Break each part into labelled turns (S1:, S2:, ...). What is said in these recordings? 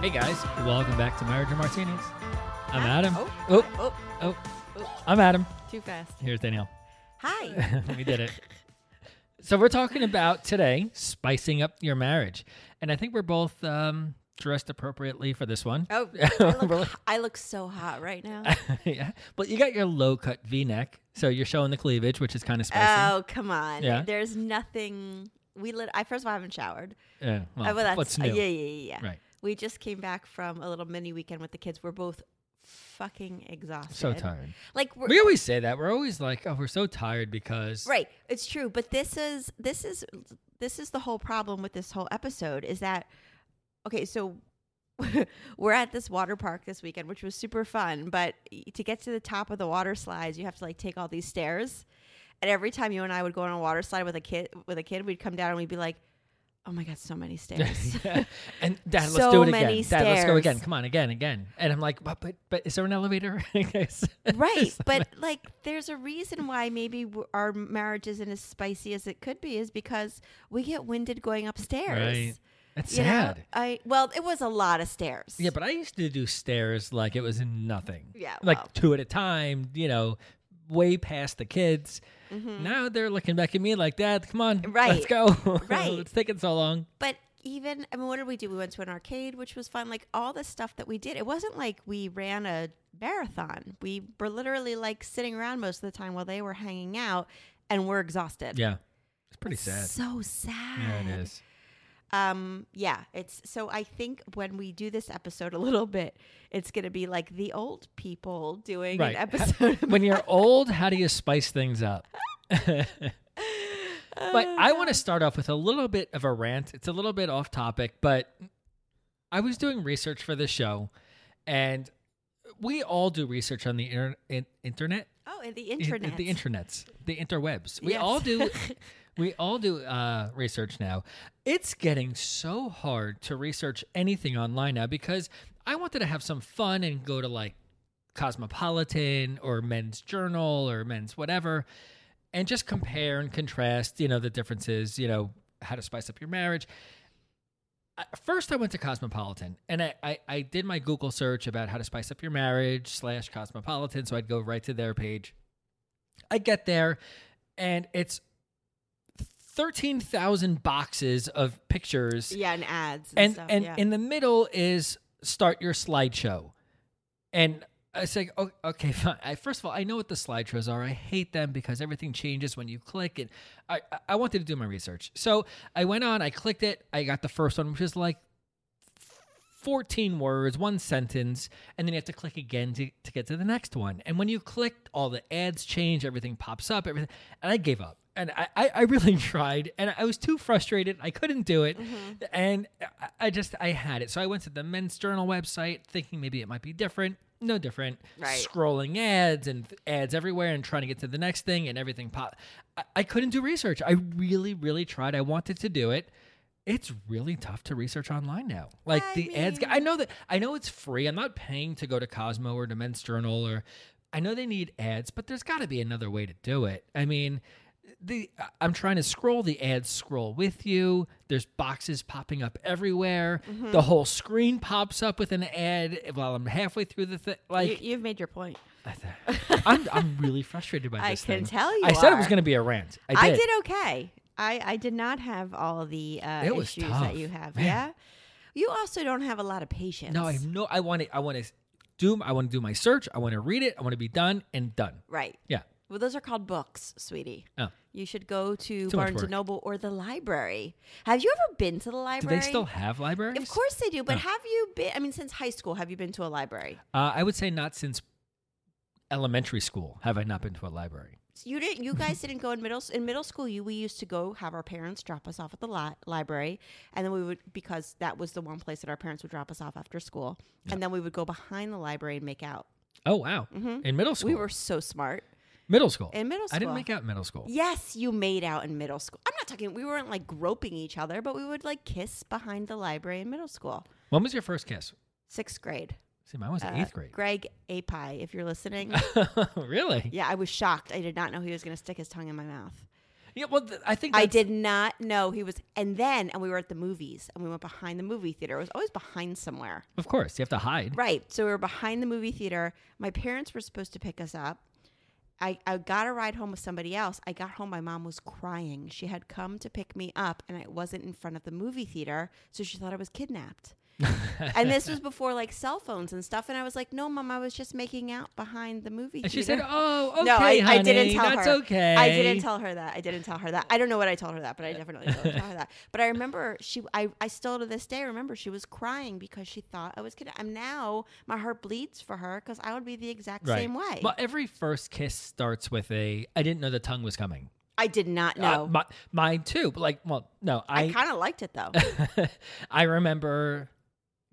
S1: Hey guys, welcome back to Marriage and Martinis. I'm
S2: Hi.
S1: Adam.
S2: Oh,
S1: Oh,
S2: oh,
S1: oh,
S2: oh.
S1: I'm Adam.
S2: too fast.
S1: Here's Danielle.
S2: Hi.
S1: we did it. So we're talking about today spicing up your marriage, and I think we're both um, dressed appropriately for this one.
S2: Oh, I look,
S1: Really?
S2: I look so hot right now.
S1: yeah, but you got your low cut V neck, so you're showing the cleavage, which is kind of spicy.
S2: Oh, come on.
S1: Yeah.
S2: There's nothing. We lit. I first of all I haven't showered.
S1: yeah, well,
S2: Uh, well, that's-
S1: Oh, what's
S2: uh,
S1: new?
S2: yeah, yeah, yeah, yeah.
S1: Right.
S2: We just came back from a little mini weekend with the kids. We're both fucking exhausted.
S1: So tired.
S2: Like we're,
S1: We always say that. We're always like, oh, we're so tired because
S2: Right. It's true, but this is this is this is the whole problem with this whole episode is that okay, so we're at this water park this weekend, which was super fun, but to get to the top of the water slides, you have to like take all these stairs. And every time you and I would go on a water slide with a kid with a kid, we'd come down and we'd be like, "Oh my god, so many stairs."
S1: Yeah. and dad, let's
S2: So
S1: do it again.
S2: many
S1: Dad, let's go
S2: stairs.
S1: again. Come on, again, again. And I'm like, but but, but is there an elevator? It's-
S2: right
S1: it's
S2: but
S1: like-
S2: like there's a reason why maybe w- our marriage isn't as spicy as it could be is because we get winded going upstairs
S1: Right. That's
S2: You know,
S1: sad.
S2: i well it was a lot of stairs
S1: Yeah, but I used to do stairs like it was nothing.
S2: Yeah,
S1: Like
S2: well.
S1: two at a time, you know, way past the kids. Now they're looking back at me like, Dad, come on. Let's
S2: Mm-hmm. Right.
S1: go.
S2: Right.
S1: it's taking so long.
S2: but even i mean what did we do we went to an arcade which was fun like all the stuff that we did it wasn't like we ran a marathon we were literally like sitting around most of the time while they were hanging out and we're exhausted
S1: Yeah. It's pretty sad.
S2: so sad
S1: yeah, it is.
S2: Um, yeah, it's so I think when we do this episode a little bit, it's gonna be like the old people doing
S1: Right.
S2: an episode.
S1: when you're old, how do you spice things up? but I want to start off with a little bit of a rant. It's a little bit off topic, but I was doing research for this show, and we all do research on the inter- in- internet.
S2: oh, and the
S1: I-
S2: internet.
S1: the internets, the interwebs. We
S2: Yes.
S1: all do. we all do uh, research now. It's getting so hard to research anything online now because I wanted to have some fun and go to like Cosmopolitan or Men's Journal or Men's whatever, and just compare and contrast. You know the differences. You know how to spice up your marriage. I- First, I went to Cosmopolitan, and I, I, I did my Google search about how to spice up your marriage slash Cosmopolitan. So I'd go right to their page, I get there, and it's thirteen thousand boxes of pictures,
S2: yeah, and ads and,
S1: and
S2: stuff.
S1: and
S2: yeah.
S1: in the middle is start your slideshow, and I say, oh, okay, fine. I, first of all, I know what the slideshows are. I hate them because everything changes when you click it. I I- I wanted to do my research, so I went on. I clicked it. I got the first one, which is like 14 words, one sentence, and then you have to click again to, to get to the next one. And when you click, all the ads change, everything pops up, everything. And I gave up. And I, I, I really tried, and I was too frustrated. I couldn't do it. And I, I just, I had it. So I went to the Men's Journal website thinking maybe it might be different. No different.
S2: Right.
S1: Scrolling ads and th- ads everywhere and trying to get to the next thing and everything pop. I, I couldn't do research. I really, really tried. I wanted to do it. It's really tough to research online now. Like
S2: I
S1: the ads,
S2: mean-
S1: I know that I know it's free. I'm not paying to go to Cosmo or to Men's Journal or I know they need ads, but there's got to be another way to do it. I mean, the I- I'm trying to scroll the ads scroll with you. There's boxes popping up everywhere.
S2: Mm-hmm.
S1: The whole screen pops up with an ad while I'm halfway through the thing. Like
S2: you, have made your point.
S1: I'm I'm really frustrated by
S2: I
S1: this
S2: can
S1: thing.
S2: tell you
S1: I said it was
S2: are.
S1: going to be a rant. I did.
S2: I did okay. I I did not have all the uh,
S1: It was
S2: issues
S1: tough,
S2: that you have.
S1: man.
S2: Yeah. You also don't have a lot of patience.
S1: No, I have no. I want to. I want to do I want to do my search. I want to read it. I want to be done and done.
S2: Right.
S1: Yeah.
S2: Well, those are called books, sweetie.
S1: Oh.
S2: You should go to
S1: Too much
S2: Barnes
S1: work.
S2: and Noble or the library. Have you ever been to the
S1: Do
S2: library?
S1: they still have libraries?
S2: Of course they do. But
S1: No.
S2: have you been? I mean, since high school, have you been to a library?
S1: Uh, I would say not since elementary school have I not been to a library.
S2: So you didn't. You guys didn't go in middle s- in middle school. You we used to go have our parents drop us off at the li- library, and then we would because that was the one place that our parents would drop us off after school, and then we would go behind the library and make out.
S1: Oh wow! In middle school,
S2: Mm-hmm. We were so smart.
S1: middle school.
S2: in middle
S1: I didn't
S2: school.
S1: make out in middle school.
S2: Yes, you made out in middle school. I'm not talking. We weren't like groping each other, but we would like kiss behind the library in middle school,
S1: When was your first kiss?
S2: sixth grade.
S1: See, mine was in
S2: Uh,
S1: eighth grade. Oh,
S2: Greg Api, if you're listening.
S1: really? Yeah.
S2: yeah, I was shocked. I did not know he was going to stick his tongue in my mouth.
S1: well, th- I think
S2: I
S1: that's-
S2: did not know he was. And then, and we were at the movies, and we went behind the movie theater. It was always behind somewhere.
S1: Of course, you have to hide.
S2: Right. So we were behind the movie theater. My parents were supposed to pick us up. I, I got a ride home with somebody else. I got home. My mom was crying. She had come to pick me up, and I wasn't in front of the movie theater. So she thought I was kidnapped. and this was before like cell phones and stuff. And I was like, no, mom, I was just making out behind the movie
S1: And
S2: theater.
S1: she said, "Oh, okay,
S2: no, I,
S1: honey,
S2: I didn't tell
S1: that's
S2: her.
S1: okay."
S2: I didn't tell her that. I didn't tell her that. I don't know what I told her that, but I definitely didn't tell her that. But I remember she. I, I still to this day remember she was crying because she thought I was kidding. I'm now my heart bleeds for her because I would be the exact
S1: Right.
S2: same way.
S1: Well, every first kiss starts with a. I didn't know the tongue was coming.
S2: I did not
S1: Uh,
S2: know.
S1: my, mine too. But like, well, no,
S2: I,
S1: I
S2: kind of liked it though.
S1: I remember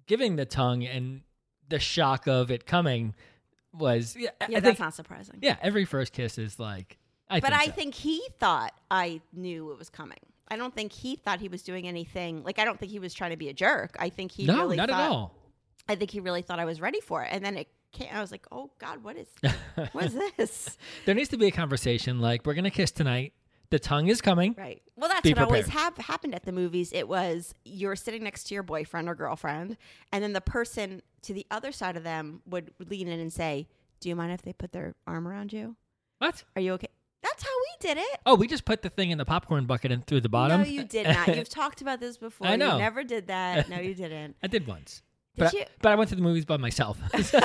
S1: giving the tongue and the shock of it coming was yeah. I-
S2: yeah,
S1: I
S2: that's
S1: think,
S2: not surprising.
S1: yeah, every first kiss is like. I
S2: but
S1: think
S2: I
S1: so.
S2: think he thought I knew it was coming. I don't think he thought he was doing anything. Like I don't think he was trying to be a jerk. I think he
S1: no,
S2: really
S1: not
S2: thought,
S1: at all.
S2: I think he really thought I was ready for it, and then it. came. I was like, oh God, what is what is this?
S1: There needs to be a conversation like we're gonna kiss tonight. The tongue is coming.
S2: Right. Well, that's
S1: Be
S2: what always
S1: prepared.
S2: hap- happened at the movies. It was you're sitting next to your boyfriend or girlfriend, and then the person to the other side of them would lean in and say, "Do you mind if they put their arm around you?
S1: What?
S2: Are you okay?" That's how we did it.
S1: Oh, we just put the thing in the popcorn bucket and through the bottom.
S2: No, you did not. You've talked about this before.
S1: I know.
S2: You never did that. No, you didn't.
S1: I did once.
S2: Did
S1: but I,
S2: you?
S1: but I went to the movies by myself.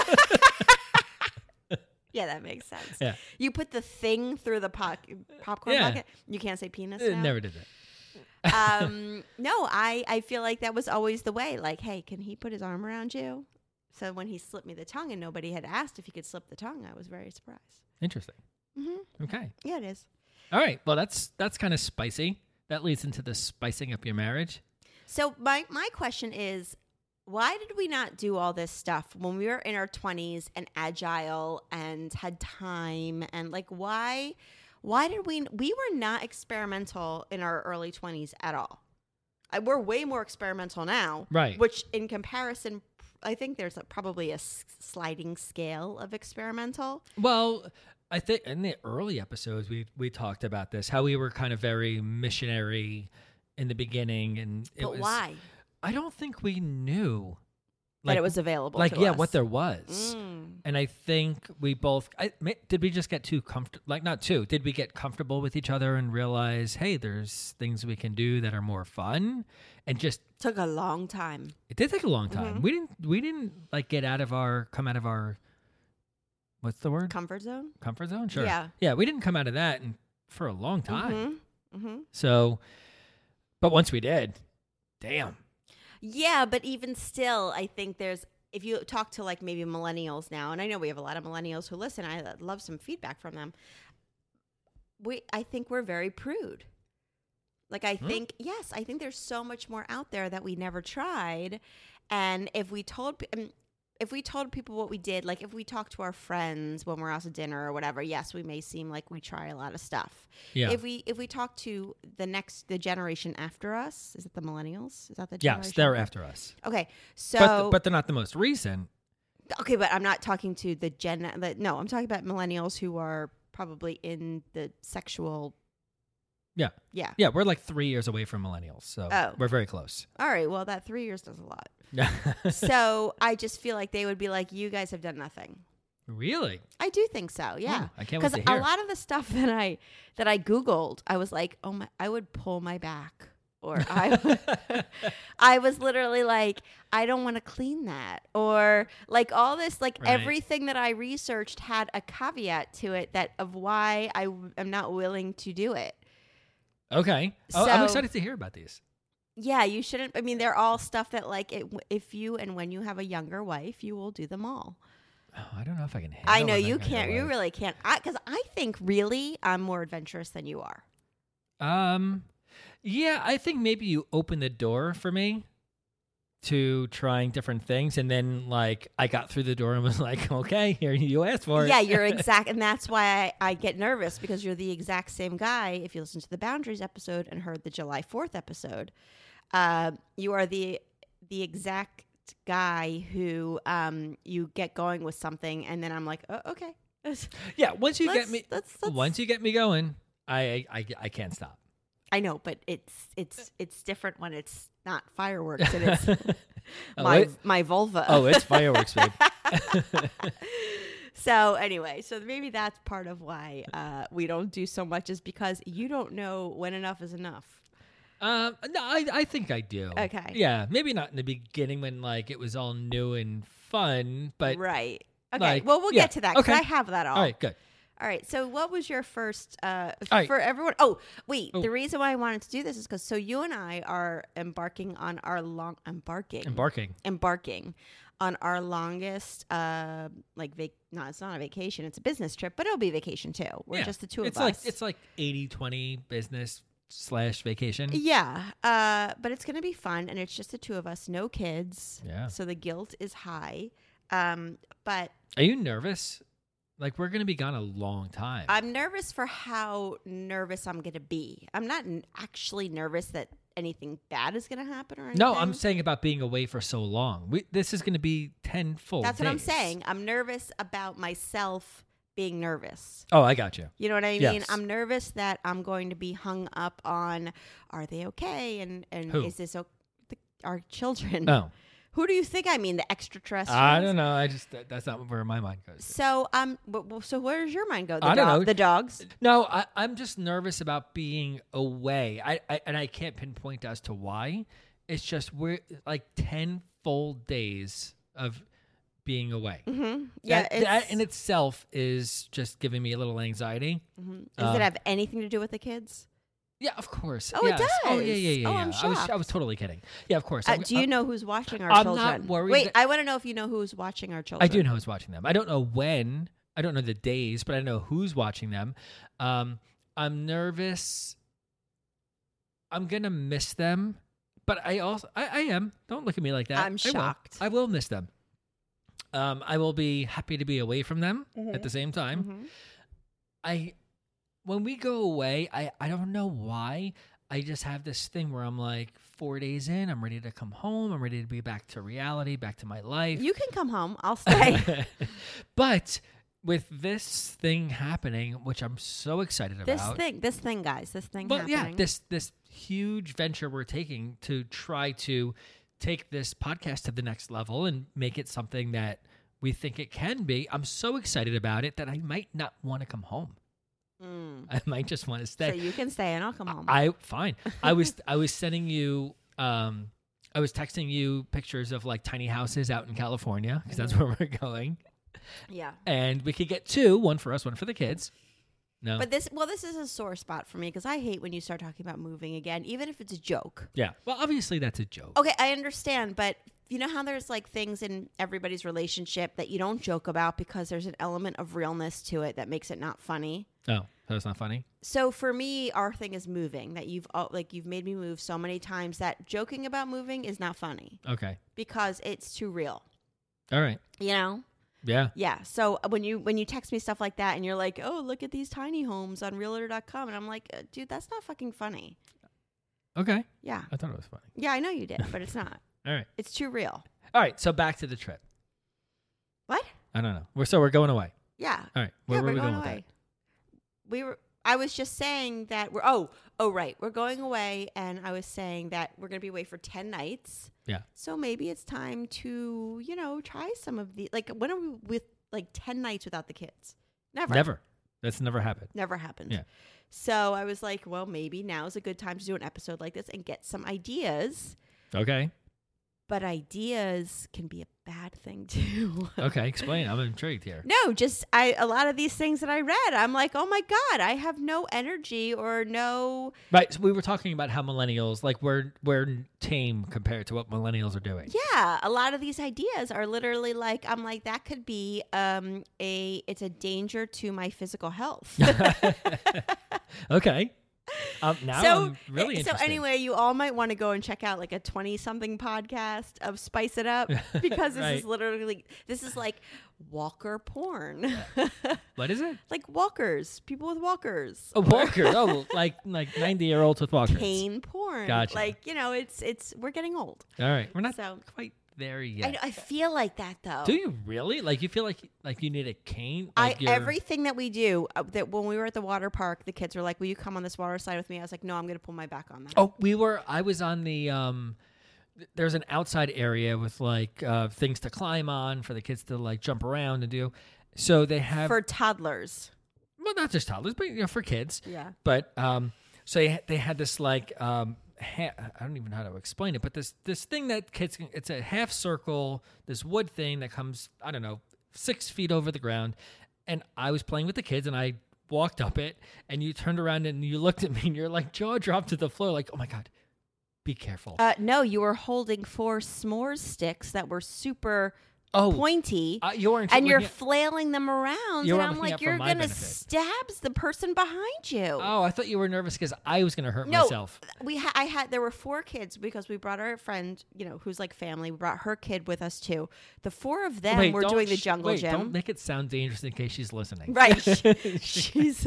S2: Yeah, that makes sense.
S1: Yeah.
S2: You put the thing through the po- popcorn
S1: Yeah. Uh,
S2: bucket. You can't say penis. now?
S1: Never did that.
S2: um no i i feel like that was always the way like hey can he put his arm around you so when he slipped me the tongue and nobody had asked if he could slip the tongue i was very surprised
S1: Interesting.
S2: hmm
S1: Okay.
S2: yeah it is
S1: All right. Well, that's that's kind of spicy. That leads into the spicing up your marriage.
S2: so my my question is why did we not do all this stuff when we were in our 20s and agile and had time and like why why did we we were not experimental in our early 20s at all I, we're way more experimental now
S1: Right.
S2: which in comparison i think there's a, probably a s- sliding scale of experimental
S1: Well, I think in the early episodes we we talked about this how we were kind of very missionary in the beginning, and it
S2: but
S1: was,
S2: why
S1: I don't think we knew
S2: that it was available
S1: like
S2: to
S1: yeah
S2: us.
S1: what there was.
S2: Mm.
S1: And I think we both I, ma- did. We just get too comfortable, like not too. Did we get comfortable with each other and realize, hey, there's things we can do that are more fun, and just
S2: took a long time
S1: it did take a long
S2: Mm-hmm.
S1: time. We didn't we didn't like get out of our come out of our what's the word
S2: comfort zone
S1: comfort zone. Sure,
S2: Yeah.
S1: yeah. We didn't come out of that and for a long time.
S2: hmm hmm
S1: So, but once we did, damn.
S2: Yeah, but even still, I think there's if you talk to like maybe millennials now, and I know we have a lot of millennials who listen. I love some feedback from them. We, I think we're very prude. Like I think yes, I think there's so much more out there that we never tried, and if we told. pe- um, if we told people what we did, like if we talked to our friends when we're out to dinner or whatever, yes, we may seem like we try a lot of stuff.
S1: Yeah.
S2: If we if we talk to the next the generation after us, is it the millennials? Is that the
S1: Yes,
S2: generation?
S1: they're after us,
S2: Okay, so
S1: but th- but they're not the most recent.
S2: okay, but I'm not talking to the gen. The, no, I'm talking about millennials who are probably in the sexual.
S1: Yeah,
S2: Yeah.
S1: yeah. We're like three years away from millennials, so
S2: Oh.
S1: we're very close.
S2: All right. Well, that three years does a lot. so I just feel like they would be like, "You guys have done nothing."
S1: really?
S2: I do think so. Yeah.
S1: Mm, I can't wait to
S2: a
S1: hear.
S2: lot of the stuff that I that I googled, I was like, "Oh my!" I would pull my back. or I I was literally like I don't want to clean that or like all this like
S1: Right.
S2: everything that I researched had a caveat to it that of why I w- am not willing to do it.
S1: okay. Oh, I'm
S2: So-
S1: excited to hear about these.
S2: Yeah, you shouldn't I mean they're all stuff that like it, if you and when you have a younger wife, you will do them all.
S1: Oh, I don't know if I can handle
S2: I know
S1: that
S2: you
S1: kind of
S2: can't you
S1: life.
S2: really can't I cuz I think really I'm more adventurous than you are.
S1: Um, yeah, I think maybe you opened the door for me to trying different things, and then like I got through the door and was like, okay, here you asked for it.
S2: yeah, you're exact, and that's why I, I get nervous because you're the exact same guy. If you listen to the boundaries episode and heard the July Fourth episode, uh, you are the the exact guy who um, you get going with something, and then I'm like, oh, okay, let's,
S1: yeah. Once you get me,
S2: let's- let's-
S1: once you get me going, I I, I can't stop.
S2: I know, but it's it's it's different when it's not fireworks and it's
S1: Oh,
S2: my
S1: it-
S2: my vulva.
S1: oh, it's fireworks, babe.
S2: So anyway, so maybe that's part of why uh, we don't do so much is because you don't know when enough is enough.
S1: Um, no, I, I think I do.
S2: Okay.
S1: Yeah, maybe not in the beginning when like it was all new and fun, but
S2: right. Okay.
S1: like,
S2: well, we'll
S1: yeah,
S2: get to that because
S1: okay.
S2: I have that all.
S1: all right, good.
S2: All right. So, what was your first uh,
S1: right.
S2: for everyone? Oh, wait.
S1: Oh.
S2: The reason why I wanted to do this is because so you and I are embarking on our long embarking
S1: Embarking.
S2: embarking on our longest uh like vac- no it's not a vacation it's a business trip but it'll be vacation too we're
S1: Yeah.
S2: just the two
S1: it's
S2: of
S1: like,
S2: us
S1: It's like 80-20 business slash vacation.
S2: yeah uh but it's gonna be fun and it's just the two of us no kids
S1: Yeah.
S2: so the guilt is high um but
S1: Are you nervous? Like we're gonna be gone a long time.
S2: I'm nervous for how nervous I'm going to be. I'm not n- actually nervous that anything bad is going to happen or anything.
S1: no, I'm saying about being away for so long. We, this is gonna be ten full.
S2: That's what I'm
S1: days.
S2: saying. I'm nervous about myself being nervous.
S1: Oh, I got you.
S2: You know what I mean?
S1: Yes.
S2: I'm nervous that I'm going to be hung up on are they okay and and
S1: Who?
S2: is this okay? our children?
S1: No,
S2: Who do you think I mean? The extraterrestrials?
S1: I don't know. I just that, that's not where my mind goes.
S2: So um, but, well, so where does your mind go? The
S1: I don't
S2: dog-
S1: know.
S2: The dogs.
S1: No, I, I'm just nervous about being away. I, I and I can't pinpoint as to why. It's just we're like ten full days of being away.
S2: hmm Yeah.
S1: that,
S2: it's,
S1: that in itself is just giving me a little anxiety.
S2: mhm. Does
S1: um,
S2: it have anything to do with the kids?
S1: Yeah, of course.
S2: Oh, it
S1: yes. Oh, yeah,
S2: does.
S1: yeah, yeah.
S2: Oh,
S1: yeah.
S2: I'm
S1: I was, I
S2: shocked.
S1: was totally kidding. Yeah, of course.
S2: Uh,
S1: I'm-
S2: do you
S1: I'm-
S2: know who's watching our
S1: I'm not
S2: children?
S1: worried
S2: Wait,
S1: that-
S2: I want to know if you know who's watching our
S1: I
S2: children.
S1: do know who's watching them. I don't know when. I don't know the days, but I know who's watching them. Um, I'm nervous. I'm gonna miss them, but I also I, I am. Don't look at me like that.
S2: I'm
S1: I will.
S2: shocked.
S1: I will, miss them. Um, I will be happy to be away from them at the same time.
S2: Mhm.
S1: I when we go away, I I don't know why. I just have this thing where I'm like four days in, I'm ready to come home. I'm ready to be back to reality, back to my life.
S2: You can come home. I'll stay.
S1: but with this thing happening, which I'm so excited
S2: this
S1: about.
S2: thing, this thing, guys, this thing
S1: Well,
S2: happening.
S1: yeah, this this huge venture we're taking to try to take this podcast to the next level and make it something that we think it can be. I'm so excited about it that I might not want to come home.
S2: Mm.
S1: I might just want to stay.
S2: So you can stay, and I'll come home.
S1: I fine. I was I was sending you um I was texting you pictures of like tiny houses out in California because that's where we're going.
S2: yeah.
S1: And we could get two, one for us, one for the kids. No.
S2: But this, well, this is a sore spot for me because I hate when you start talking about moving again, even if it's a joke.
S1: yeah. Well, obviously that's a joke.
S2: Okay, I understand, but you know how there's like things in everybody's relationship that you don't joke about because there's an element of realness to it that makes it not funny.
S1: Oh, that's not funny.
S2: so for me our thing is moving that you've all, like you've made me move so many times that joking about moving is not funny
S1: Okay.
S2: because it's too real
S1: All right.
S2: you know
S1: Yeah.
S2: yeah so uh, when you when you text me stuff like that and you're like oh look at these tiny homes on realtor.com and i'm like uh, dude that's not fucking funny
S1: Okay.
S2: yeah
S1: I thought it was funny.
S2: yeah i know you did but it's not
S1: All right.
S2: it's too real
S1: All right. So back to the trip.
S2: what
S1: I don't know. We're so we're going away.
S2: yeah
S1: All right. Where
S2: yeah,
S1: were
S2: we're
S1: we
S2: going
S1: going with
S2: away. We were. I was just saying that we're. Oh, oh, right. We're going away, and I was saying that we're going to be away for ten nights.
S1: Yeah.
S2: So maybe it's time to you know try some of the like. When are we with like ten nights without the kids? Never.
S1: that? Never. That's never happened.
S2: Never happened.
S1: Yeah.
S2: So I was like, well, maybe now is a good time to do an episode like this and get some ideas.
S1: Okay.
S2: But ideas can be a bad thing too.
S1: Okay. Explain. I'm intrigued here.
S2: No, just I a lot of these things that I read, I'm like, oh my god, I have no energy or no.
S1: Right. So we were talking about how millennials, like, we're we're tame compared to what millennials are doing.
S2: Yeah, a lot of these ideas are literally like, I'm like, that could be um a it's a danger to my physical health.
S1: Okay. Um, now
S2: so eh,
S1: I'm really
S2: so
S1: interested.
S2: anyway, you all might want to go and check out like a 20 something podcast of Spice It Up because this
S1: Right.
S2: is literally this is like walker porn.
S1: what is it?
S2: like walkers, people with walkers.
S1: A walker. oh, like like 90 year olds with walkers.
S2: Cane porn.
S1: Gotcha.
S2: Like, you know, it's it's we're getting old.
S1: All right. We're not
S2: So-
S1: quite there
S2: I,
S1: yet.
S2: know- I feel like that though.
S1: Do you really? Like, you feel like like you need a cane?
S2: I
S1: Like you're-
S2: everything that we do uh, that when we were at the water park, the kids were like, "Will you come on this water slide with me?" I was like, "No, I'm going to pull my back on that."
S1: Oh, we were. I was on the. um th- There's an outside area with like uh things to climb on for the kids to like jump around and do. So they have
S2: for toddlers.
S1: well, not just toddlers, but you know, for kids.
S2: Yeah.
S1: But um, so they, they had this like um, ha- I don't even know how to explain it, but this this thing that kids can, it's a half circle, this wood thing that comes I don't know six feet over the ground, and I was playing with the kids and I walked up it, and you turned around and you looked at me and you're like jaw dropped to the floor, like oh my god, be careful.
S2: Uh, no, you were holding four s'mores sticks that were super
S1: oh,
S2: pointy,
S1: uh, you weren't
S2: and you're
S1: looking at-
S2: flailing them around.
S1: You
S2: and
S1: weren't
S2: I'm
S1: looking out
S2: like,
S1: for
S2: you're
S1: my
S2: gonna
S1: benefit."
S2: stabs the person behind you.
S1: oh, I thought you were nervous because I was gonna hurt
S2: no,
S1: myself.
S2: we ha- I had there were four kids because we brought our friend, you know, who's like family. We brought her kid with us too. The four of them were
S1: don't
S2: doing the
S1: sh-
S2: jungle
S1: wait,
S2: gym.
S1: Don't make it sound dangerous in case she's listening.
S2: Right. She- she's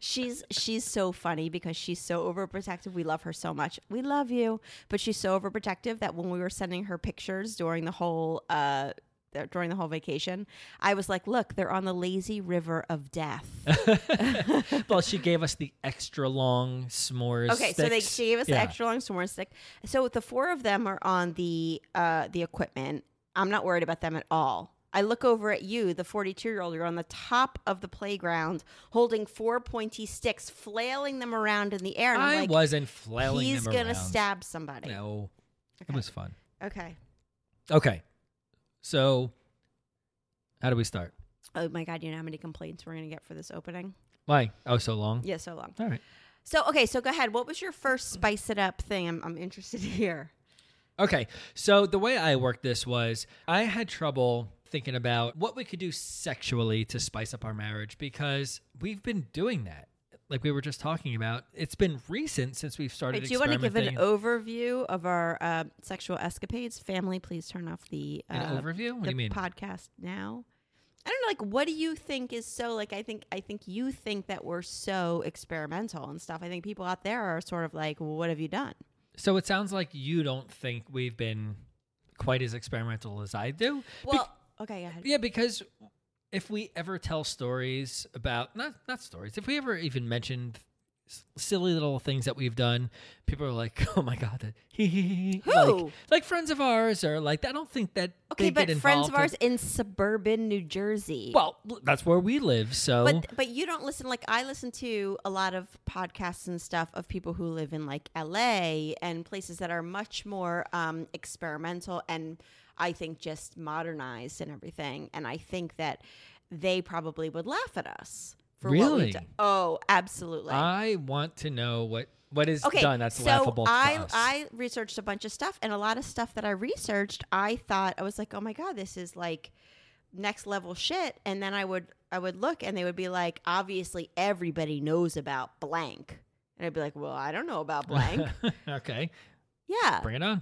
S2: she's she's so funny because she's so overprotective. We love her so much. We love you, but she's so overprotective that when we were sending her pictures during the whole uh th- during the whole vacation, I was like, "Look, they're on the lazy river of death."
S1: well, she gave us the extra long s'mores.
S2: okay, so they
S1: sticks.
S2: she gave us the
S1: Yeah.
S2: extra long sword stick. So the four of them are on the uh the equipment. I'm not worried about them at all. I look over at you, the 42 year old. You're on the top of the playground, holding four pointy sticks, flailing them around in the air. And I'm
S1: I
S2: like,
S1: wasn't flailing
S2: he's
S1: them
S2: gonna
S1: around.
S2: stab somebody.
S1: No, it
S2: Okay.
S1: was fun.
S2: Okay.
S1: Okay, so how do we start?
S2: Oh my god, you know how many complaints we're gonna get for this opening?
S1: Why? Oh, so long.
S2: Yeah, so long.
S1: All right.
S2: So okay, so go ahead. What was your first spice it up thing? I'm, I'm interested here.
S1: Okay. So the way I worked this was I had trouble thinking about what we could do sexually to spice up our marriage because we've been doing that. Like we were just talking about, it's been recent since we've started.
S2: Wait, do you want to give an
S1: experimenting.
S2: overview of our uh, sexual escapades? Family, please turn off the uh,
S1: An overview? What do
S2: the
S1: you mean?
S2: Podcast now. I don't know. Like, what do you think is so? Like, I think I think you think that we're so experimental and stuff. I think people out there are sort of like, well, what have you done?
S1: So it sounds like you don't think we've been quite as experimental as I do. Bec-
S2: Well, okay, go ahead.
S1: yeah, because if we ever tell stories about not not stories, if we ever even mentioned s- silly little things that we've done, people are like, "Oh my god, that hee hee hee." hee,"
S2: Who?
S1: Like, like friends of ours are like, I don't think that
S2: Okay,
S1: they
S2: but
S1: get involved
S2: friends of
S1: in-
S2: ours in suburban New Jersey.
S1: well, l- that's where we live, so
S2: But but you don't listen like I listen to a lot of podcasts and stuff of people who live in like LA and places that are much more um, experimental and I think just modernized and everything. And I think that they probably would laugh at us for what
S1: Really?
S2: we do. Oh, absolutely.
S1: I want to know what what is
S2: okay,
S1: done that's
S2: so
S1: laughable. to
S2: I
S1: us.
S2: I researched a bunch of stuff and a lot of stuff that I researched. I thought I was like, oh my god, this is like next level shit and then i would i would look and they would be like obviously everybody knows about blank and i'd be like well i don't know about blank
S1: okay,
S2: yeah
S1: bring it on.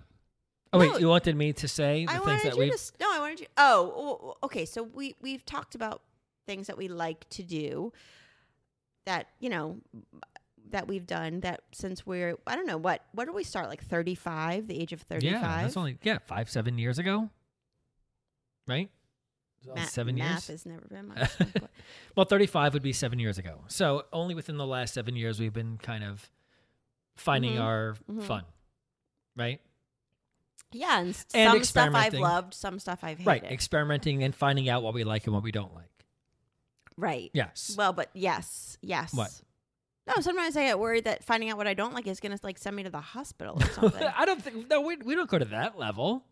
S1: Oh
S2: No.
S1: wait, you wanted me to say the
S2: i
S1: things
S2: wanted
S1: that
S2: you
S1: we've
S2: to s- no i wanted you oh w- w- okay so we we've talked about things that we like to do that you know that we've done that since we're i don't know what what did we start like 35 the age of 35
S1: Yeah, that's only yeah five seven years ago, right?
S2: Ma-
S1: seven
S2: math
S1: years.
S2: has never been my strong point.
S1: well, thirty-five would be seven years ago. So only within the last seven years we've been kind of finding
S2: Mhm,
S1: our
S2: mhm.
S1: fun, right?
S2: yeah and, s-
S1: And
S2: some stuff i've
S1: experimenting.
S2: loved some stuff i've hated
S1: Right, experimenting and finding out what we like and what we don't like.
S2: Right.
S1: Yes.
S2: Well, but yes, yes.
S1: What?
S2: No, sometimes I get worried that finding out what I don't like is going to like send me to the hospital or something.
S1: I don't think no. We we don't go to that level.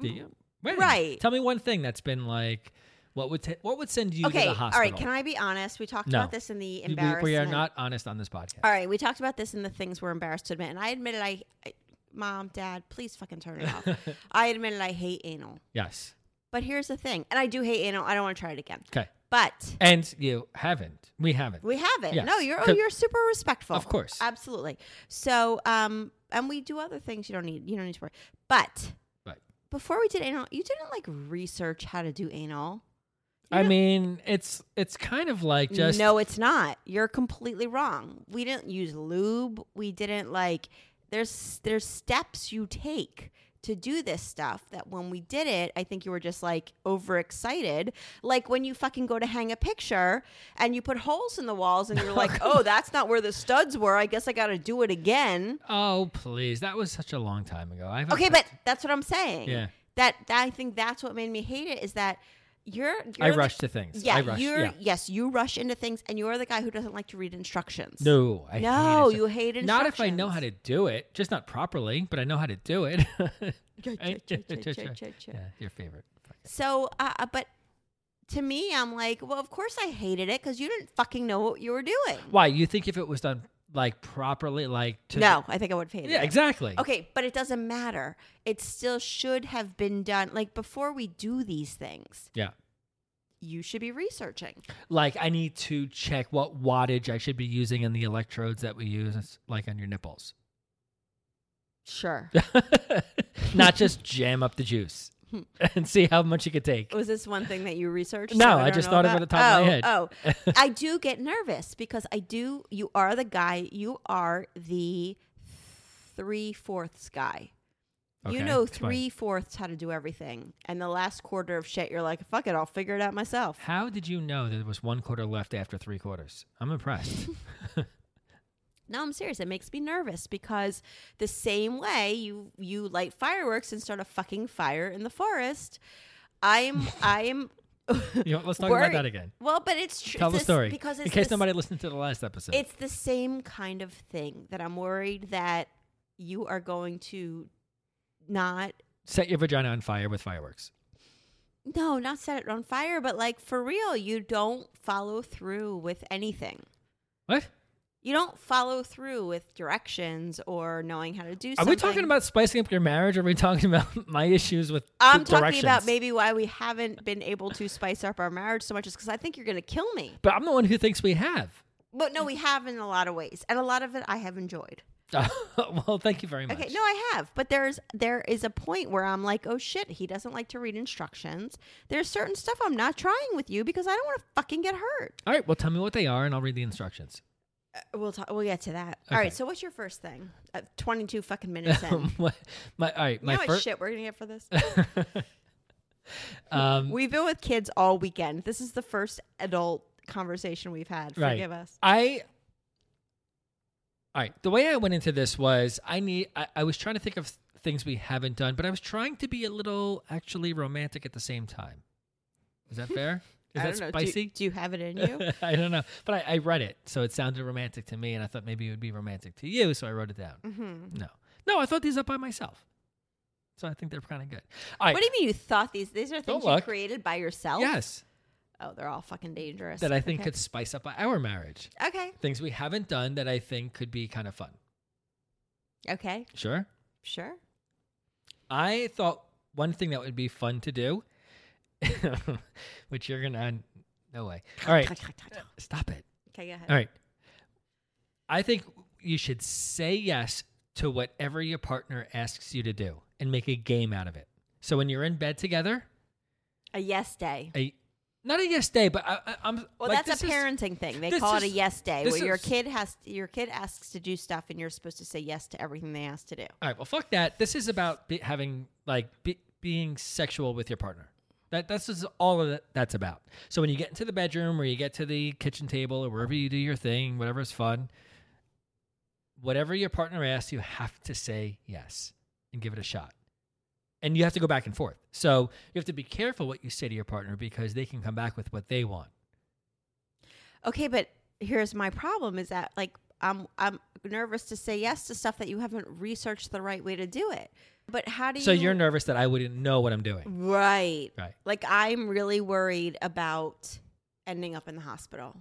S1: Do you? Wait a minute.
S2: Mm, Right.
S1: Tell me one thing that's been like, what would ta- what would send you
S2: okay.
S1: to the
S2: All
S1: hospital?
S2: right. Can I be honest? We talked
S1: No.
S2: about this in the
S1: We-
S2: embarrassment.
S1: We, are not honest on this podcast.
S2: All right. We talked about this in the things we're embarrassed to admit, and I admitted I, I mom, dad, please fucking turn it off. I admitted I hate anal.
S1: Yes.
S2: But here's the thing, and I do hate anal. I don't want to try it again.
S1: Okay.
S2: But
S1: And you haven't. We haven't.
S2: we have it.
S1: Yes.
S2: No, you're oh,
S1: Co-
S2: you're super respectful.
S1: Of course.
S2: Absolutely. So, um, and we do other things you don't need. You don't need to worry. But
S1: But-
S2: before we did anal, you didn't like research how to do anal. You
S1: I
S2: don't-
S1: mean, it's it's kind of like just
S2: no, it's not. You're completely wrong. We didn't use lube. We didn't like. There's there's steps you take to do this stuff that when we did it, I think you were just like overexcited. Like when you fucking go to hang a picture and you put holes in the walls and you're like, oh, that's not where the studs were. I guess I got to do it again.
S1: Oh please, that was such a long time ago. I haven't-
S2: Okay, but that's what I'm saying.
S1: Yeah.
S2: That, that I think that's what made me hate it is that you're. you're
S1: I
S2: the-
S1: rush to things.
S2: Yeah,
S1: I rush.
S2: you're
S1: yeah.
S2: yes, you rush into things, and you're the guy who doesn't like to read instructions.
S1: No, I
S2: no,
S1: hate it.
S2: you hate instructions.
S1: Not if I know how to do it, just not properly, but I know how to do it.
S2: Cha, cha, cha, cha, cha, cha.
S1: yeah, your favorite.
S2: So, uh, uh, but to me, I'm like, well, of course I hated it because you didn't fucking know what you were doing.
S1: Why? You think if it was done like properly, like to
S2: no, I think I would have hated
S1: yeah,
S2: it.
S1: exactly.
S2: Okay, but it doesn't matter. It still should have been done. Like before we do these things,
S1: Yeah.
S2: you should be researching.
S1: Like I need to check what wattage I should be using in the electrodes that we use, like on your nipples.
S2: Sure.
S1: Not just jam up the juice and see how much you could take.
S2: Was this one thing that you researched?
S1: No,
S2: that
S1: I
S2: don't
S1: just
S2: know
S1: thought of it
S2: about?
S1: off the top of my
S2: oh, head. Oh, I do get nervous because I do. You are the guy. You are the three fourths guy.
S1: Okay,
S2: you know
S1: explain.
S2: three fourths how to do everything, and the last quarter of shit, you're like, "Fuck it, I'll figure it out myself."
S1: How did you know there was one quarter left after three quarters? I'm impressed.
S2: No, I'm serious. It makes me nervous because the same way you you light fireworks and start a fucking fire in the forest, I'm I'm.
S1: You know, let's talk
S2: Worried.
S1: about that again.
S2: Well, but it's true.
S1: Tell the story
S2: because it's
S1: in case
S2: this-
S1: nobody listened to the last episode.
S2: It's the same kind of thing that I'm worried that you are going to not
S1: Set your vagina on fire with fireworks.
S2: no, not set it on fire, but like for real, you don't follow through with anything.
S1: What?
S2: You don't follow through with directions or knowing how to do
S1: Are
S2: something.
S1: we talking about spicing up your marriage? Or are we talking about my issues with
S2: I'm
S1: with
S2: talking about
S1: directions?
S2: maybe why we haven't been able to spice up our marriage so much is because I think you're going to kill me.
S1: But I'm the one who thinks we have.
S2: But no, we have in a lot of ways, and a lot of it I have enjoyed.
S1: well, thank you very much.
S2: Okay, no, I have, but there's there is a point where I'm like, oh shit, he doesn't like to read instructions. There's certain stuff I'm not trying with you because I don't want to fucking get hurt.
S1: All right. Well, tell me what they are, and I'll read the instructions.
S2: Uh, we'll talk. We'll get to that. All right.
S1: Okay.
S2: So what's your first thing? Uh, Twenty two fucking minutes in. you
S1: my, my- all right.
S2: know
S1: My
S2: what
S1: first.
S2: shit we're gonna get for this?
S1: Um,
S2: we've been with kids all weekend. This is the first adult conversation we've had.
S1: right.
S2: Forgive us.
S1: I. All right. The way I went into this was I need. I, I was trying to think of th- things we haven't done, but I was trying to be a little actually romantic at the same time. Is that fair? Is
S2: I
S1: that
S2: don't know. Do-
S1: spicy?
S2: Do, you have it in you?
S1: I don't know, but I, I read it, so it sounded romantic to me, and I thought maybe it would be romantic to you, so I wrote it down.
S2: Mhm.
S1: No, no, I thought these up by myself, so I think they're kind of good. All right,
S2: What do you mean you thought these? These are
S1: Don't
S2: things you
S1: look.
S2: created by yourself.
S1: yes,
S2: Oh, they're all fucking dangerous.
S1: that I think
S2: okay.
S1: could spice up our marriage.
S2: Okay.
S1: Things we haven't done that I think could be kind of fun.
S2: Okay.
S1: Sure,
S2: Sure.
S1: I thought one thing that would be fun to do, which you're gonna no way. All right, stop it.
S2: Okay, go ahead.
S1: All right. I think you should say yes to whatever your partner asks you to do and make a game out of it. So when you're in bed together,
S2: A yes day.
S1: a not a yes day, but I, I, I'm
S2: Well,
S1: like,
S2: that's a
S1: this is-
S2: parenting thing. They
S1: this
S2: call it a
S1: is-
S2: yes day,
S1: this
S2: where your
S1: is-
S2: kid has your kid asks to do stuff, and you're supposed to say yes to everything they ask to do.
S1: all right. Well, fuck that. This is about be, having like be, being sexual with your partner. That that's just all of that, that's about. So when you get into the bedroom or you get to the kitchen table or wherever you do your thing, whatever is fun, whatever your partner asks, you have to say yes and give it a shot. And you have to go back and forth. So you have to be careful what you say to your partner because they can come back with what they want.
S2: okay, but here's my problem is that like I'm I'm nervous to say yes to stuff that you haven't researched the right way to do it. But how do
S1: So
S2: you Mm.
S1: you're nervous that I wouldn't know what I'm doing.
S2: Right.
S1: Right.
S2: Like I'm really worried about ending up in the hospital.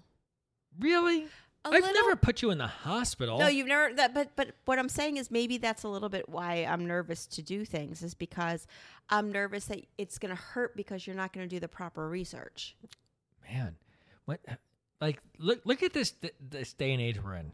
S1: Really?
S2: A
S1: I've
S2: little-
S1: never put you in the hospital.
S2: No, you've never that but but what I'm saying is maybe that's a little bit why I'm nervous to do things is because I'm nervous that it's going to hurt because you're not going to do the proper research.
S1: Man, what? Like, look, look at this this day and age we're in.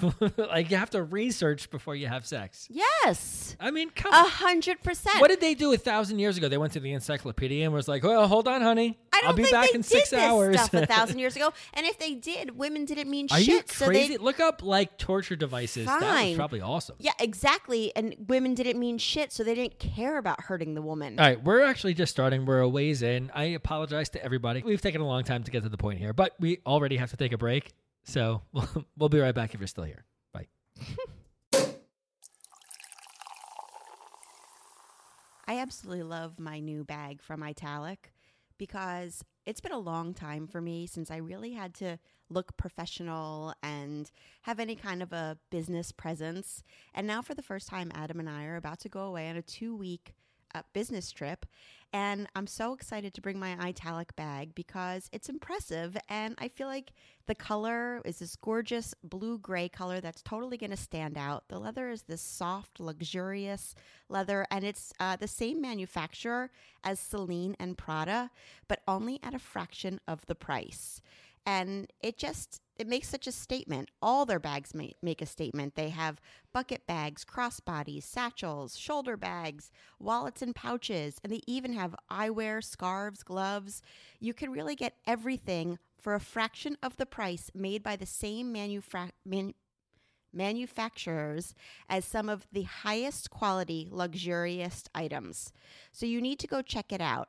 S1: like, you have to research before you have sex.
S2: Yes.
S1: I mean, come
S2: A
S1: on.
S2: hundred percent.
S1: What did they do a thousand years ago? They went to the encyclopedia and was like, "Well, hold on, honey.
S2: I don't
S1: will be
S2: think
S1: back
S2: they
S1: in
S2: did
S1: six
S2: this
S1: hours."
S2: stuff a thousand years ago. And if they did, women didn't mean
S1: Are
S2: shit.
S1: you
S2: So they
S1: crazy? Look up like torture devices. That was
S2: Fine.
S1: probably awesome.
S2: Yeah, exactly. And women didn't mean shit, so they didn't care about hurting the woman.
S1: All right, we're actually just starting. We're a ways in. I apologize to everybody. We've taken a long time to get to the point here, but we already have to take a break. So we'll, we'll be right back if you're still here. Bye.
S2: I absolutely love my new bag from Italic because it's been a long time for me since I really had to look professional and have any kind of a business presence. And now, for the first time, Adam and I are about to go away on a two week uh, business trip. And I'm so excited to bring my Italic bag because it's impressive. And I feel like the color is this gorgeous blue gray color that's totally going to stand out. The leather is this soft, luxurious leather, and it's uh, the same manufacturer as Celine and Prada, but only at a fraction of the price. And it just it makes such a statement. All their bags ma- make a statement. They have bucket bags, crossbodies, satchels, shoulder bags, wallets and pouches, and they even have eyewear, scarves, gloves. You can really get everything for a fraction of the price made by the same manufra- man- manufacturers as some of the highest quality, luxurious items. So you need to go check it out.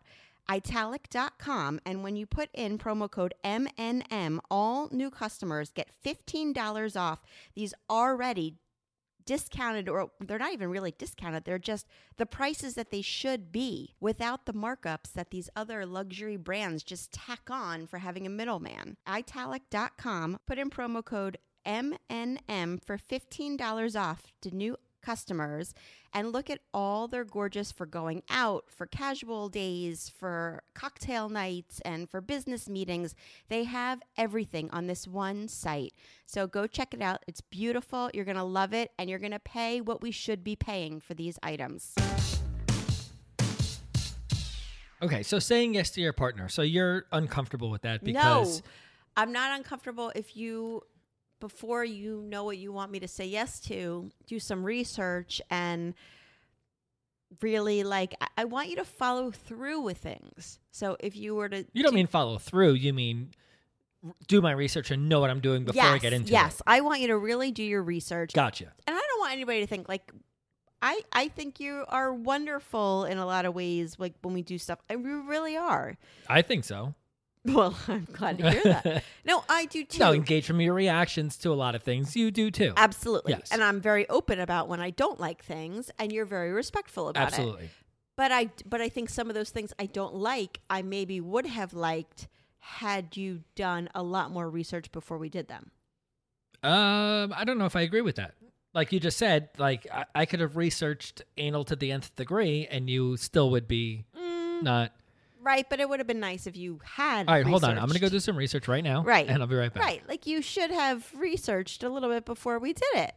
S2: Italic.com, and when you put in promo code MNM, all new customers get $15 off these already discounted or they're not even really discounted they're just the prices that they should be without the markups that these other luxury brands just tack on for having a middleman italic.com put in promo code mnm for $15 off to new customers and look at all their gorgeous for going out for casual days for cocktail nights and for business meetings they have everything on this one site so go check it out it's beautiful you're going to love it and you're going to pay what we should be paying for these items
S1: Okay, so saying yes to your partner. So you're uncomfortable with that because
S2: no i'm not uncomfortable if you before you know what you want me to say yes to do some research and really like I- i want you to follow through with things so if you were to
S1: you don't
S2: do-
S1: mean follow through. You mean r- do my research and know what I'm doing before
S2: yes,
S1: I get into
S2: yes
S1: it.
S2: i want you to really do your research
S1: Gotcha.
S2: and I don't want anybody to think like I I think you are wonderful in a lot of ways. Like when we do stuff, and we really are.
S1: I think so.
S2: Well, I'm glad to hear that. no, I do too.
S1: No, engage from your reactions to a lot of things. You do too.
S2: Absolutely.
S1: Yes.
S2: And I'm very open about when I don't like things, and you're very respectful about it.
S1: Absolutely.
S2: But I but I think some of those things I don't like, I maybe would have liked had you done a lot more research before we did them.
S1: Um, I don't know if I agree with that. Like you just said, like I, I could have researched anal to the nth degree, and you still would be
S2: Mm,
S1: not.
S2: Right, but it would have been nice if you had
S1: All right, hold on. I'm gonna
S2: researched.
S1: go do some research right now.
S2: Right.
S1: and I'll be right back.
S2: Right. Like you should have researched a little bit before we did it.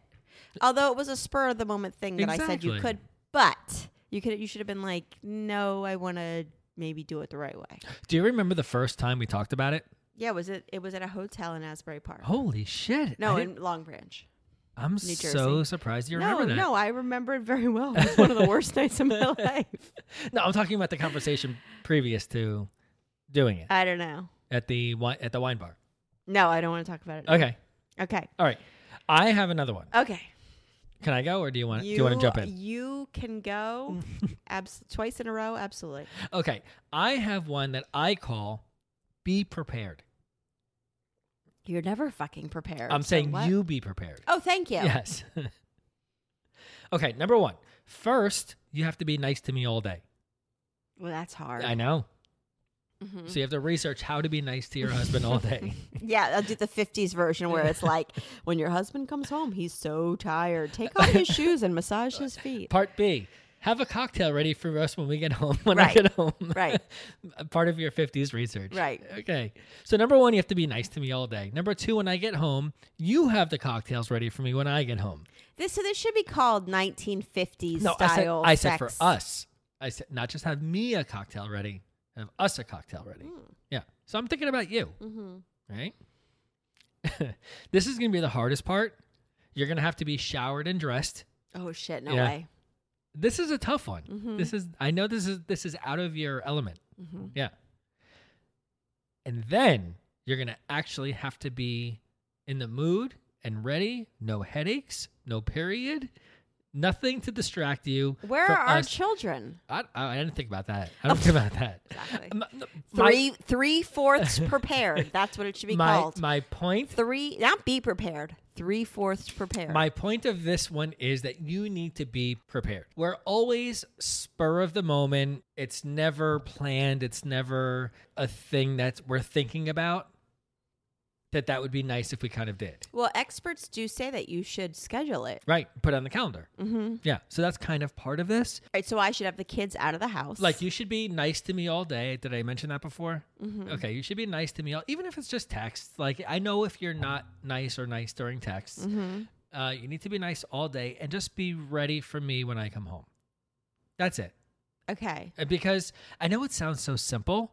S2: Although it was a spur of the moment thing that I said you
S1: Exactly.
S2: could, but you could you should have been like, "No, I want to maybe do it the right way."
S1: Do you remember the first time we talked about it?
S2: Yeah, was it it was at a hotel in Asbury Park.
S1: Holy shit!
S2: no,
S1: I
S2: in Long Branch.
S1: I'm
S2: New
S1: so
S2: Jersey.
S1: surprised you
S2: No,
S1: remember that.
S2: no, I remember it very well. It was one of the worst nights of my life.
S1: No, I'm talking about the conversation previous to doing it
S2: I don't know.
S1: at the wi- at the wine bar.
S2: No, I don't want to talk about it. now.
S1: Okay,
S2: Okay.
S1: all right. I have another one.
S2: Okay.
S1: Can I go, or do you want do you want to jump in?
S2: You can go abs- twice in a row, absolutely.
S1: Okay, I have one that I call "Be Prepared."
S2: You're never fucking prepared.
S1: I'm
S2: so
S1: saying
S2: Er, what?
S1: you be prepared.
S2: Oh, thank you.
S1: Yes. okay, number one. First, you have to be nice to me all day.
S2: Well, that's hard. Mm-hmm.
S1: I know. So you have to research how to be nice to your husband all day.
S2: Yeah, I'll do the 50s version where it's like, when your husband comes home, he's so tired. Take off his shoes and massage his feet.
S1: Part B. Have a cocktail ready for us when we get home. When
S2: Right.
S1: I get home,
S2: Right.
S1: Part of your fifties research,
S2: Right.
S1: Okay. So number one, you have to be nice to me all day. Number two, when I get home, you have the cocktails ready for me when I get home.
S2: This so this should be called 1950s
S1: No,
S2: style.
S1: I said, I said for
S2: sex.
S1: us. I said not just have me a cocktail ready, have us a cocktail ready.
S2: Hmm.
S1: Yeah. So I'm thinking about you,
S2: Mm-hmm.
S1: right? this is going to be the hardest part. You're going to have to be showered and dressed.
S2: Oh shit! No
S1: Yeah.
S2: way.
S1: This is a tough one.
S2: Mm-hmm.
S1: This is I know this is this is out of your element. Yeah. And then you're going to actually have to be in the mood and ready, no headaches, no period, nothing to distract you.
S2: Where
S1: from
S2: are our
S1: us
S2: children?
S1: I, I didn't think about that. I don't think about that.
S2: Exactly.
S1: M- m- my-
S2: Three three fourths prepared. That's what it should be
S1: my,
S2: called.
S1: my point.
S2: three, not be prepared. Three fourths prepared.
S1: My point of this one is that you need to be prepared. We're always spur of the moment. It's never planned. It's never a thing that we're thinking about. That that would be nice if we kind of did.
S2: well, experts do say that you should schedule it.
S1: Right, put it on the calendar. Mm-hmm. Yeah, so that's kind of part of this.
S2: Right. So I should have the kids out of the house.
S1: Like, you should be nice to me all day. Did I mention that before? Okay, you should be nice to me, all, even if it's just text. Like, I know if you're not nice or nice during
S2: Mm-hmm.
S1: texts, uh, you need to be nice all day and just be ready for me when I come home. That's it.
S2: okay.
S1: And Because I know it sounds so simple,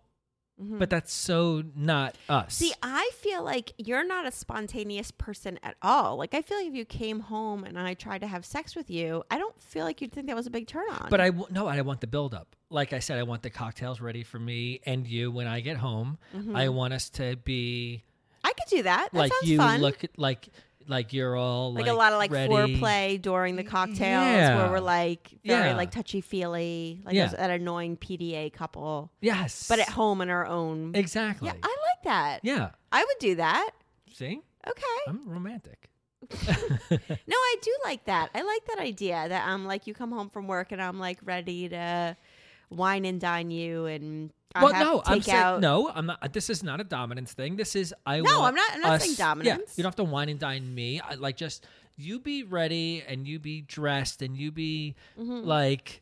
S1: but that's so not us.
S2: Mm-hmm. See, I feel like you're not a spontaneous person at all. Like I feel like if you came home and I tried to have sex with you, I don't feel like you'd think that was a big turn on.
S1: But I w- no, I want the buildup. Like I said, I want the cocktails ready for me and you when I get home. I want us to be
S2: I could do Mm-hmm. that. That
S1: like
S2: sounds
S1: you
S2: fun.
S1: look like like you're all
S2: like, a lot of like
S1: ready.
S2: foreplay during the cocktails
S1: Yeah.
S2: where we're like very
S1: Yeah.
S2: like touchy feely, like
S1: Yeah.
S2: those- that annoying PDA couple,
S1: Yes,
S2: but at home in our own.
S1: exactly.
S2: Yeah, I like that.
S1: Yeah.
S2: I would do that.
S1: See,
S2: Okay.
S1: I'm romantic.
S2: No, I do like that. I like that idea that I'm like you come home from work and I'm like ready to wine and dine you and I
S1: well,
S2: have
S1: no,
S2: to
S1: I'm
S2: take
S1: saying
S2: out.
S1: no. I'm not. This is not a dominance thing. This is I.
S2: No,
S1: want
S2: I'm not- I'm not
S1: us-
S2: saying
S1: yeah,
S2: dominance.
S1: you don't have to wine and dine me. I, like just you be ready and you be dressed and you be
S2: Mm-hmm. Hmm.
S1: like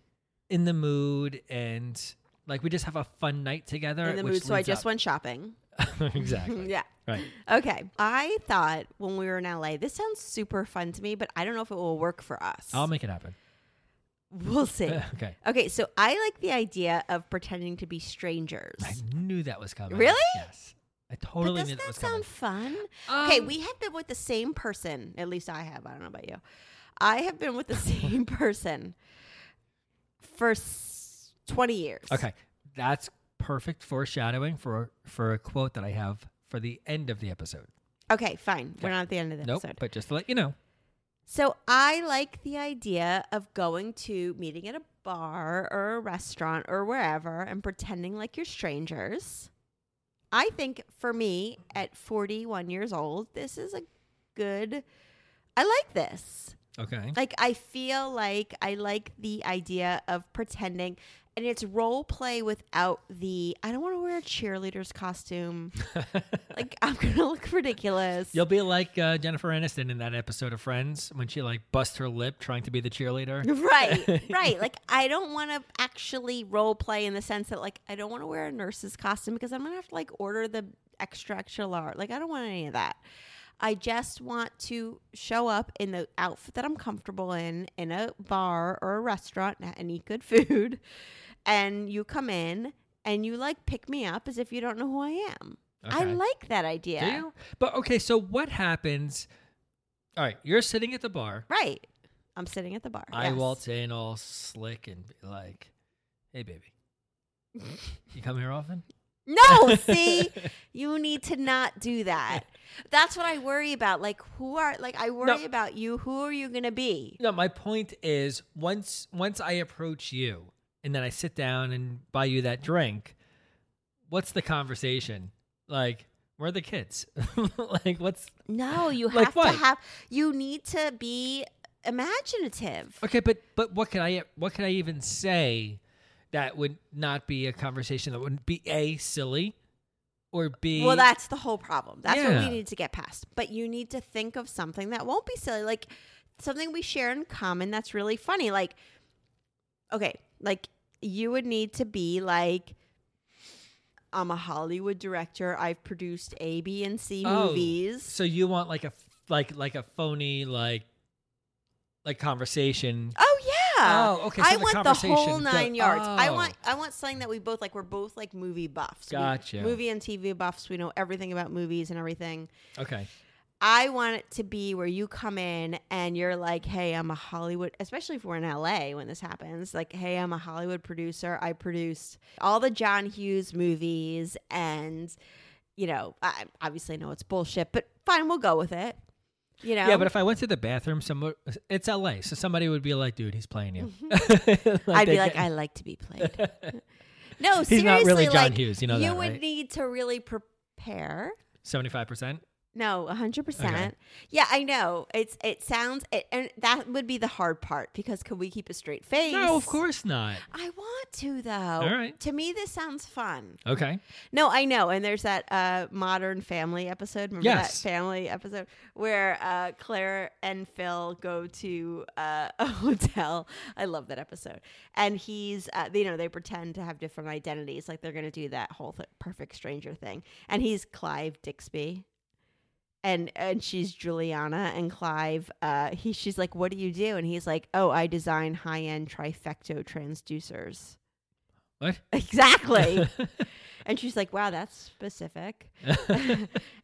S1: in the mood and like we just have a fun night together.
S2: in the
S1: which
S2: mood, so I
S1: leads
S2: just
S1: up-
S2: went shopping.
S1: exactly.
S2: Yeah.
S1: Right.
S2: Okay. I thought when we were in LA, this sounds super fun to me, but I don't know if it will work for us.
S1: I'll make it happen.
S2: we'll see.
S1: Okay.
S2: Okay, so I like the idea of pretending to be strangers.
S1: I knew that was coming.
S2: Really?
S1: Yes. I
S2: But
S1: totally knew
S2: doesn't
S1: that
S2: that
S1: was coming.
S2: sound fun? okay,
S1: Um,
S2: we have been with the same person. At least I have. I don't know about you. I have been with the same person for s- 20 years.
S1: Um, Okay, that's perfect foreshadowing for for a quote that I have for the end of the episode.
S2: Okay, fine. We're not at the end of the
S1: Nope,
S2: episode.
S1: but just to let you know,
S2: So I like the idea of going to meeting at a bar or a restaurant or wherever and pretending like you're strangers. I think for me at 41 years old, this is a good I like this.
S1: okay,
S2: Like I feel like I like the idea of pretending and it's role play without the I don't want to wear a cheerleader's costume. like I'm going to look ridiculous.
S1: you'll be like uh, Jennifer Aniston in that episode of Friends when she like busts her lip trying to be the cheerleader.
S2: Right, right. Like I don't want to actually role play in the sense that like I don't want to wear a nurse's costume because I'm gonna have to like order the extra extra large. Like I don't want any of that. I just want to show up in the outfit that I'm comfortable in in a bar or a restaurant and eat good food. And you come in and you like pick me up as if you don't know who I am. I
S1: Okay.
S2: like that idea.
S1: Do you? But okay, so what happens? All right, you're sitting at the bar.
S2: Right. I'm sitting at the bar.
S1: I
S2: yes.
S1: waltz in all slick and be like, "Hey, baby, you come here often?"
S2: No, see, you need to not do that. That's what I worry about. Like, who are like I worry
S1: No.
S2: about you. Who are you gonna be?
S1: No, my point is once once I approach you and then I sit down and buy you that drink, what's the conversation? Like, where are the kids? like what's
S2: No, you
S1: Like
S2: have to
S1: what?
S2: have. You need to be imaginative.
S1: Okay, but but what can I what can I even say that would not be a conversation that wouldn't be a silly or b
S2: Well, that's the whole problem. That's what
S1: Yeah.
S2: we need to get past. But you need to think of something that won't be silly, like something we share in common that's really funny. Like, okay, like you would need to be like, I'm a Hollywood director. I've produced A, B, and C
S1: Oh,
S2: movies.
S1: so you want like a like like a phony like like conversation
S2: Oh yeah.
S1: Oh, okay, so
S2: I
S1: the
S2: want the whole
S1: conversation go-
S2: nine yards. I
S1: Oh.
S2: want I want something that we both like. We're both like movie buffs. We-
S1: Gotcha.
S2: movie and TV buffs. We know everything about movies and everything.
S1: okay
S2: I want it to be where you come in and you're like, hey, I'm a Hollywood, especially if we're in LA when this happens. Like, hey, I'm a Hollywood producer. I produced all the John Hughes movies. And, you know, I obviously know it's bullshit, but fine, we'll go with it. You know?
S1: yeah but if i went to the bathroom somewhere it's la so somebody would be like dude he's playing you
S2: Mm-hmm. I'd be
S1: they
S2: like,
S1: get-
S2: I like to be played. no,
S1: He's
S2: seriously.
S1: not really John
S2: like,
S1: Hughes, you know that,
S2: would
S1: right?
S2: need to really prepare.
S1: 75%
S2: No, hundred
S1: Okay.
S2: percent. Yeah, I know. It's it sounds it, and that would be the hard part because could we keep a straight face?
S1: no of course not
S2: I want to though.
S1: right.
S2: To me, this sounds fun.
S1: okay
S2: No, I know. And there's that uh, Modern Family episode. Remember
S1: Yes.
S2: that Family episode where uh, Claire and Phil go to uh, a hotel. I love that episode. And he's, uh, you know, they pretend to have different identities, like they're going to do that whole th- perfect stranger thing. And he's Clive Dixby. And, and she's Juliana and Clive. Uh, he she's like, what do you do? And he's like, oh, I design high end trifecto transducers.
S1: what
S2: Exactly. And she's like, "Wow, that's specific."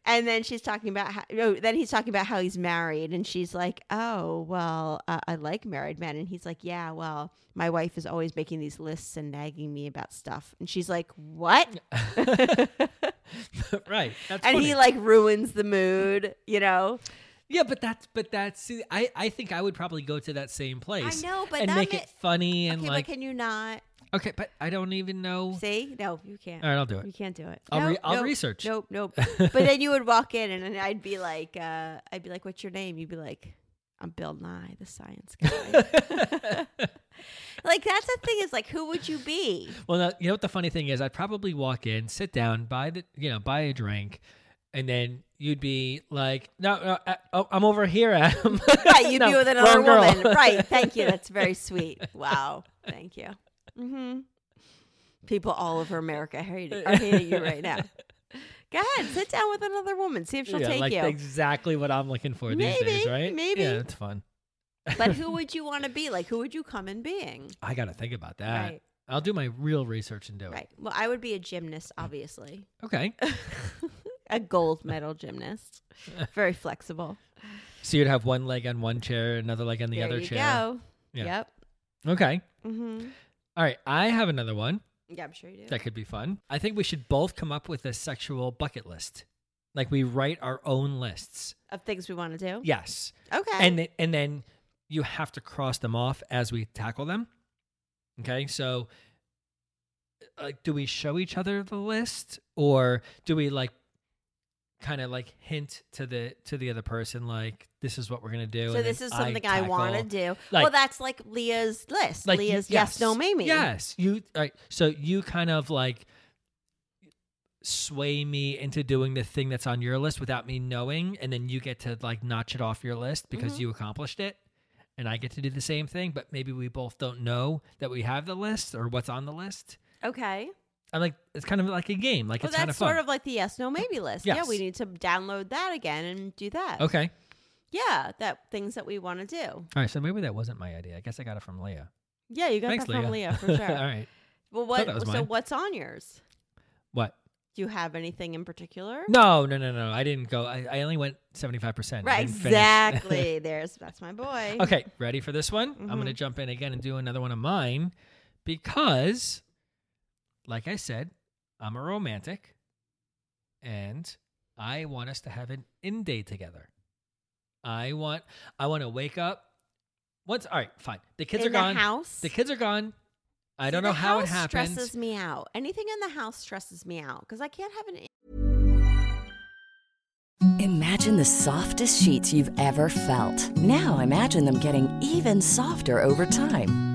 S2: and then she's talking about how. Oh, then he's talking about how he's married, and she's like, "Oh, well, uh, I like married men." And he's like, "Yeah, well, my wife is always making these lists and nagging me about stuff." And she's like, "What?"
S1: right that's
S2: and
S1: funny.
S2: he like ruins the mood, you know.
S1: Yeah, but that's but that's see, I I think I would probably go to that same place.
S2: know, but
S1: and
S2: that
S1: make
S2: ma-
S1: it funny and
S2: okay,
S1: like
S2: but can you not
S1: okay, but I don't even know.
S2: see? No, you can't.
S1: All right, I'll do
S2: You
S1: it.
S2: can't do it.
S1: I'll re-
S2: Nope,
S1: I'll
S2: nope,
S1: research.
S2: Nope, nope. but then you would walk in, and, then I'd be like, uh, I'd be like, "What's your name?" You'd be like, "I'm Bill Nye, the Science Guy." like that's the thing is like, who would you be?
S1: Well, now, you know what the funny thing is? I'd probably walk in, sit down, buy the you know buy a drink, and then you'd be like, no, no I, oh, I'm over here, Adam.
S2: Right, you'd be
S1: No,
S2: with another
S1: wrong girl.
S2: woman. Right. Thank you. That's very sweet. Wow. Thank you. hmm People all over America hate are hating you right now. Go ahead, sit down with another woman. See if she'll
S1: yeah,
S2: take
S1: like
S2: you.
S1: exactly what I'm looking for these days,
S2: Maybe,
S1: right?
S2: maybe.
S1: Yeah, it's fun.
S2: But who would you want to be? Like, who would you come in being?
S1: I gotta think about that.
S2: Right.
S1: I'll do my real research and do it.
S2: Right. Well, I would be a gymnast, obviously.
S1: Okay.
S2: a gold medal gymnast. Very flexible.
S1: So you'd have one leg on one chair, another leg on the
S2: there
S1: other
S2: you
S1: chair.
S2: go.
S1: Yeah.
S2: Yep.
S1: Okay.
S2: Mm-hmm.
S1: All right. I have another one.
S2: Yeah, I'm sure you do.
S1: That could be fun. I think we should both come up with a sexual bucket list. Like we write our own lists.
S2: of things we want to do.
S1: Yes.
S2: Okay.
S1: And th- and then you have to cross them off as we tackle them. Okay? So like do we show each other the list or do we like kind of like hint to the to the other person like this is what we're going to do
S2: so
S1: and
S2: this
S1: then
S2: is something I, want to
S1: tackle-
S2: do.
S1: like-
S2: well, that's like Leah's list.
S1: like
S2: Leah's
S1: y-
S2: yes, no, maybe.
S1: Yes, you. Right, so you kind of like sway me into doing the thing that's on your list without me knowing, and then you get to like notch it off your list
S2: Mm-hmm.
S1: because you accomplished it, and I get to do the same thing. But maybe we both don't know that we have the list or what's on the list.
S2: Okay.
S1: I like it's kind of like a game. Like
S2: Well,
S1: it's kind
S2: that's
S1: of fun.
S2: sort of like the yes, no, maybe list. Yeah, we
S1: Yes.
S2: need to download that again and do that.
S1: okay.
S2: Yeah, that things that we want to do.
S1: All right. So maybe that wasn't my idea. I guess I got it from Leah.
S2: Yeah, you got
S1: Thanks,
S2: that from Leah, for sure.
S1: All right.
S2: Well, what?
S1: that was
S2: So
S1: mine.
S2: what's on yours?
S1: What?
S2: Do you have anything in particular?
S1: No, no, no, no. I didn't go. I, I only went seventy five percent.
S2: Right, exactly. There's that's my boy.
S1: Okay, ready for this one? I'm
S2: Mm-hmm.
S1: going to jump in again and do another one of mine because, like I said, I'm a romantic and I want us to have an in day together. I want I want to wake up once all right, fine. The kids
S2: In
S1: are
S2: the
S1: gone.
S2: house?
S1: The kids are gone. I
S2: See,
S1: don't
S2: the
S1: know how it
S2: house
S1: happens.
S2: Stresses me out. Anything in the house stresses me out because I can't have an.
S3: Imagine the softest sheets you've ever felt. Now imagine them getting even softer over time.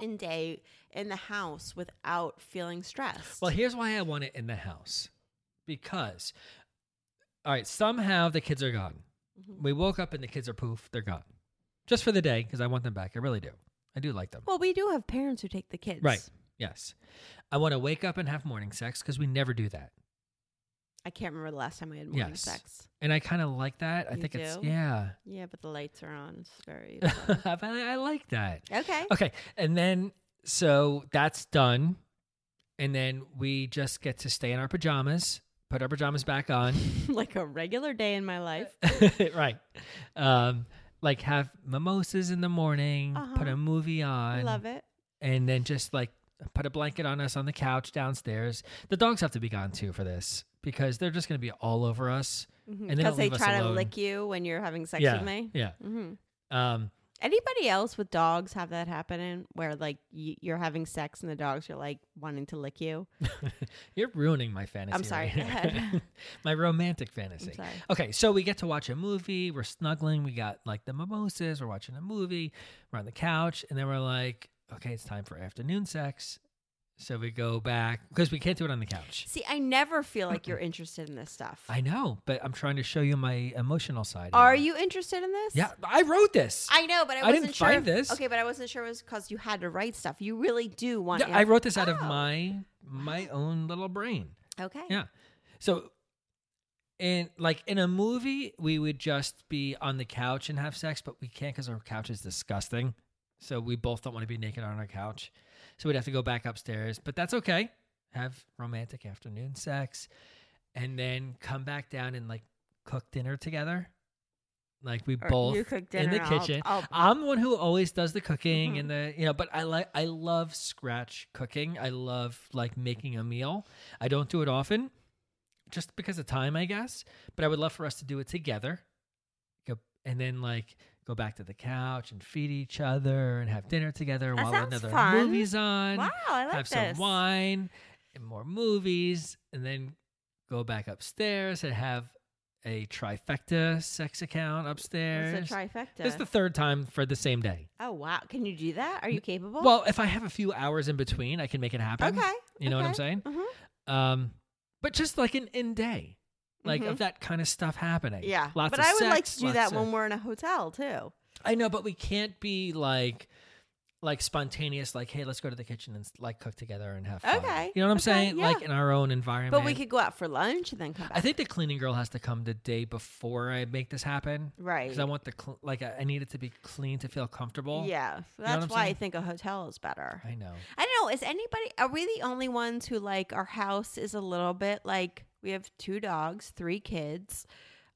S2: in day in the house without feeling stressed.
S1: Well, here's why I want it in the house. Because, all right, somehow the kids are gone.
S2: Mm-hmm.
S1: We woke up and the kids are poof, they're gone. Just for the day, because I want them back. I really do. I do like them.
S2: Well, we do have parents who take the kids.
S1: right. Yes. I want to wake up and have morning sex because we never do that.
S2: I can't remember the last time we had morning
S1: Yes.
S2: sex.
S1: And I kind of like that. I
S2: You
S1: think it's,
S2: do?
S1: yeah.
S2: Yeah, but the lights are on. It's very
S1: I, I like that.
S2: okay.
S1: Okay. And then, so that's done. And then we just get to stay in our pajamas, put our pajamas back on.
S2: like a regular day in my life.
S1: right. Um, like have mimosas in the morning, put
S2: Uh-huh.
S1: a movie on,
S2: I love it.
S1: and then just like put a blanket on us on the couch downstairs. The dogs have to be gone too for this because they're just going to be all over us. And they
S2: Because
S1: don't
S2: Mm-hmm. they
S1: leave us
S2: try to
S1: alone.
S2: lick you when you're having sex
S1: yeah,
S2: with me.
S1: Yeah.
S2: hmm
S1: Um,
S2: Anybody else with dogs have that happening where like y- you're having sex and the dogs are like wanting to lick you?
S1: you're ruining my fantasy.
S2: sorry,
S1: right
S2: go
S1: now.
S2: ahead.
S1: my romantic fantasy.
S2: sorry.
S1: Okay, so we get to watch a movie. We're snuggling. We got like the mimosas. We're watching a movie. We're on the couch, and then we're like, okay, it's time for afternoon sex. So we go back because we can't do it on the couch.
S2: See, I never feel like you're interested in this stuff.
S1: I know, but I'm trying to show you my emotional side.
S2: Are
S1: here.
S2: you interested in this?
S1: Yeah, I wrote this.
S2: I know, but
S1: I
S2: I, wasn't
S1: didn't
S2: sure.
S1: find
S2: if-
S1: this.
S2: Okay, but I wasn't sure it was because you had to write stuff. You really do want.
S1: Yeah,
S2: to
S1: I wrote this out of
S2: Oh.
S1: my my own little brain.
S2: Okay.
S1: Yeah. So in like in a movie, we would just be on the couch and have sex, but we can't because our couch is disgusting. So we both don't want to be naked on our couch. So we'd have to go back upstairs, but that's okay. Have romantic afternoon sex and then come back down and like cook dinner together. Like we
S2: Or
S1: both
S2: you cook
S1: in the
S2: dinner, I'll-
S1: kitchen.
S2: I'll-
S1: I'm the one who always does the cooking
S2: Mm-hmm.
S1: and the you know, but I like I love scratch cooking. I love like making a meal. I don't do it often, just because of time, I guess. But I would love for us to do it together, go, and then like go back to the couch and feed each other and have dinner together
S2: That
S1: while
S2: sounds
S1: another
S2: fun.
S1: movie's on.
S2: Wow, I like
S1: have
S2: this.
S1: some wine and more movies, and then go back upstairs and have a trifecta sex account upstairs.
S2: It's a trifecta.
S1: This is the third time for the same day.
S2: oh wow! Can you do that? Are you capable?
S1: Well, if I have a few hours in between, I can make it happen.
S2: okay.
S1: You know what I'm
S2: okay.
S1: saying?
S2: Mhm.
S1: Um, but just like an in day, like
S2: Mhm.
S1: of that kind of stuff happening.
S2: Yeah.
S1: lots
S2: but
S1: of
S2: I would like
S1: sex,
S2: to do
S1: lots
S2: that
S1: of-
S2: when we're in a hotel too.
S1: I know, but we can't be like, like spontaneous. Like, hey, let's go to the kitchen and like cook together and have fun.
S2: Okay,
S1: you know what I'm
S2: okay,
S1: saying?
S2: yeah.
S1: Like in our own environment.
S2: But we could go out for lunch and then come back.
S1: I think the cleaning girl has to come the day before I make this happen
S2: right.
S1: because I want the cl- like I I need it to be clean to feel comfortable.
S2: yeah, so
S1: know what
S2: that's
S1: I'm
S2: why I
S1: saying?
S2: think a hotel is better.
S1: I know.
S2: I don't know. Is anybody? Are we the only ones who like our house is a little bit like we have two dogs, three kids,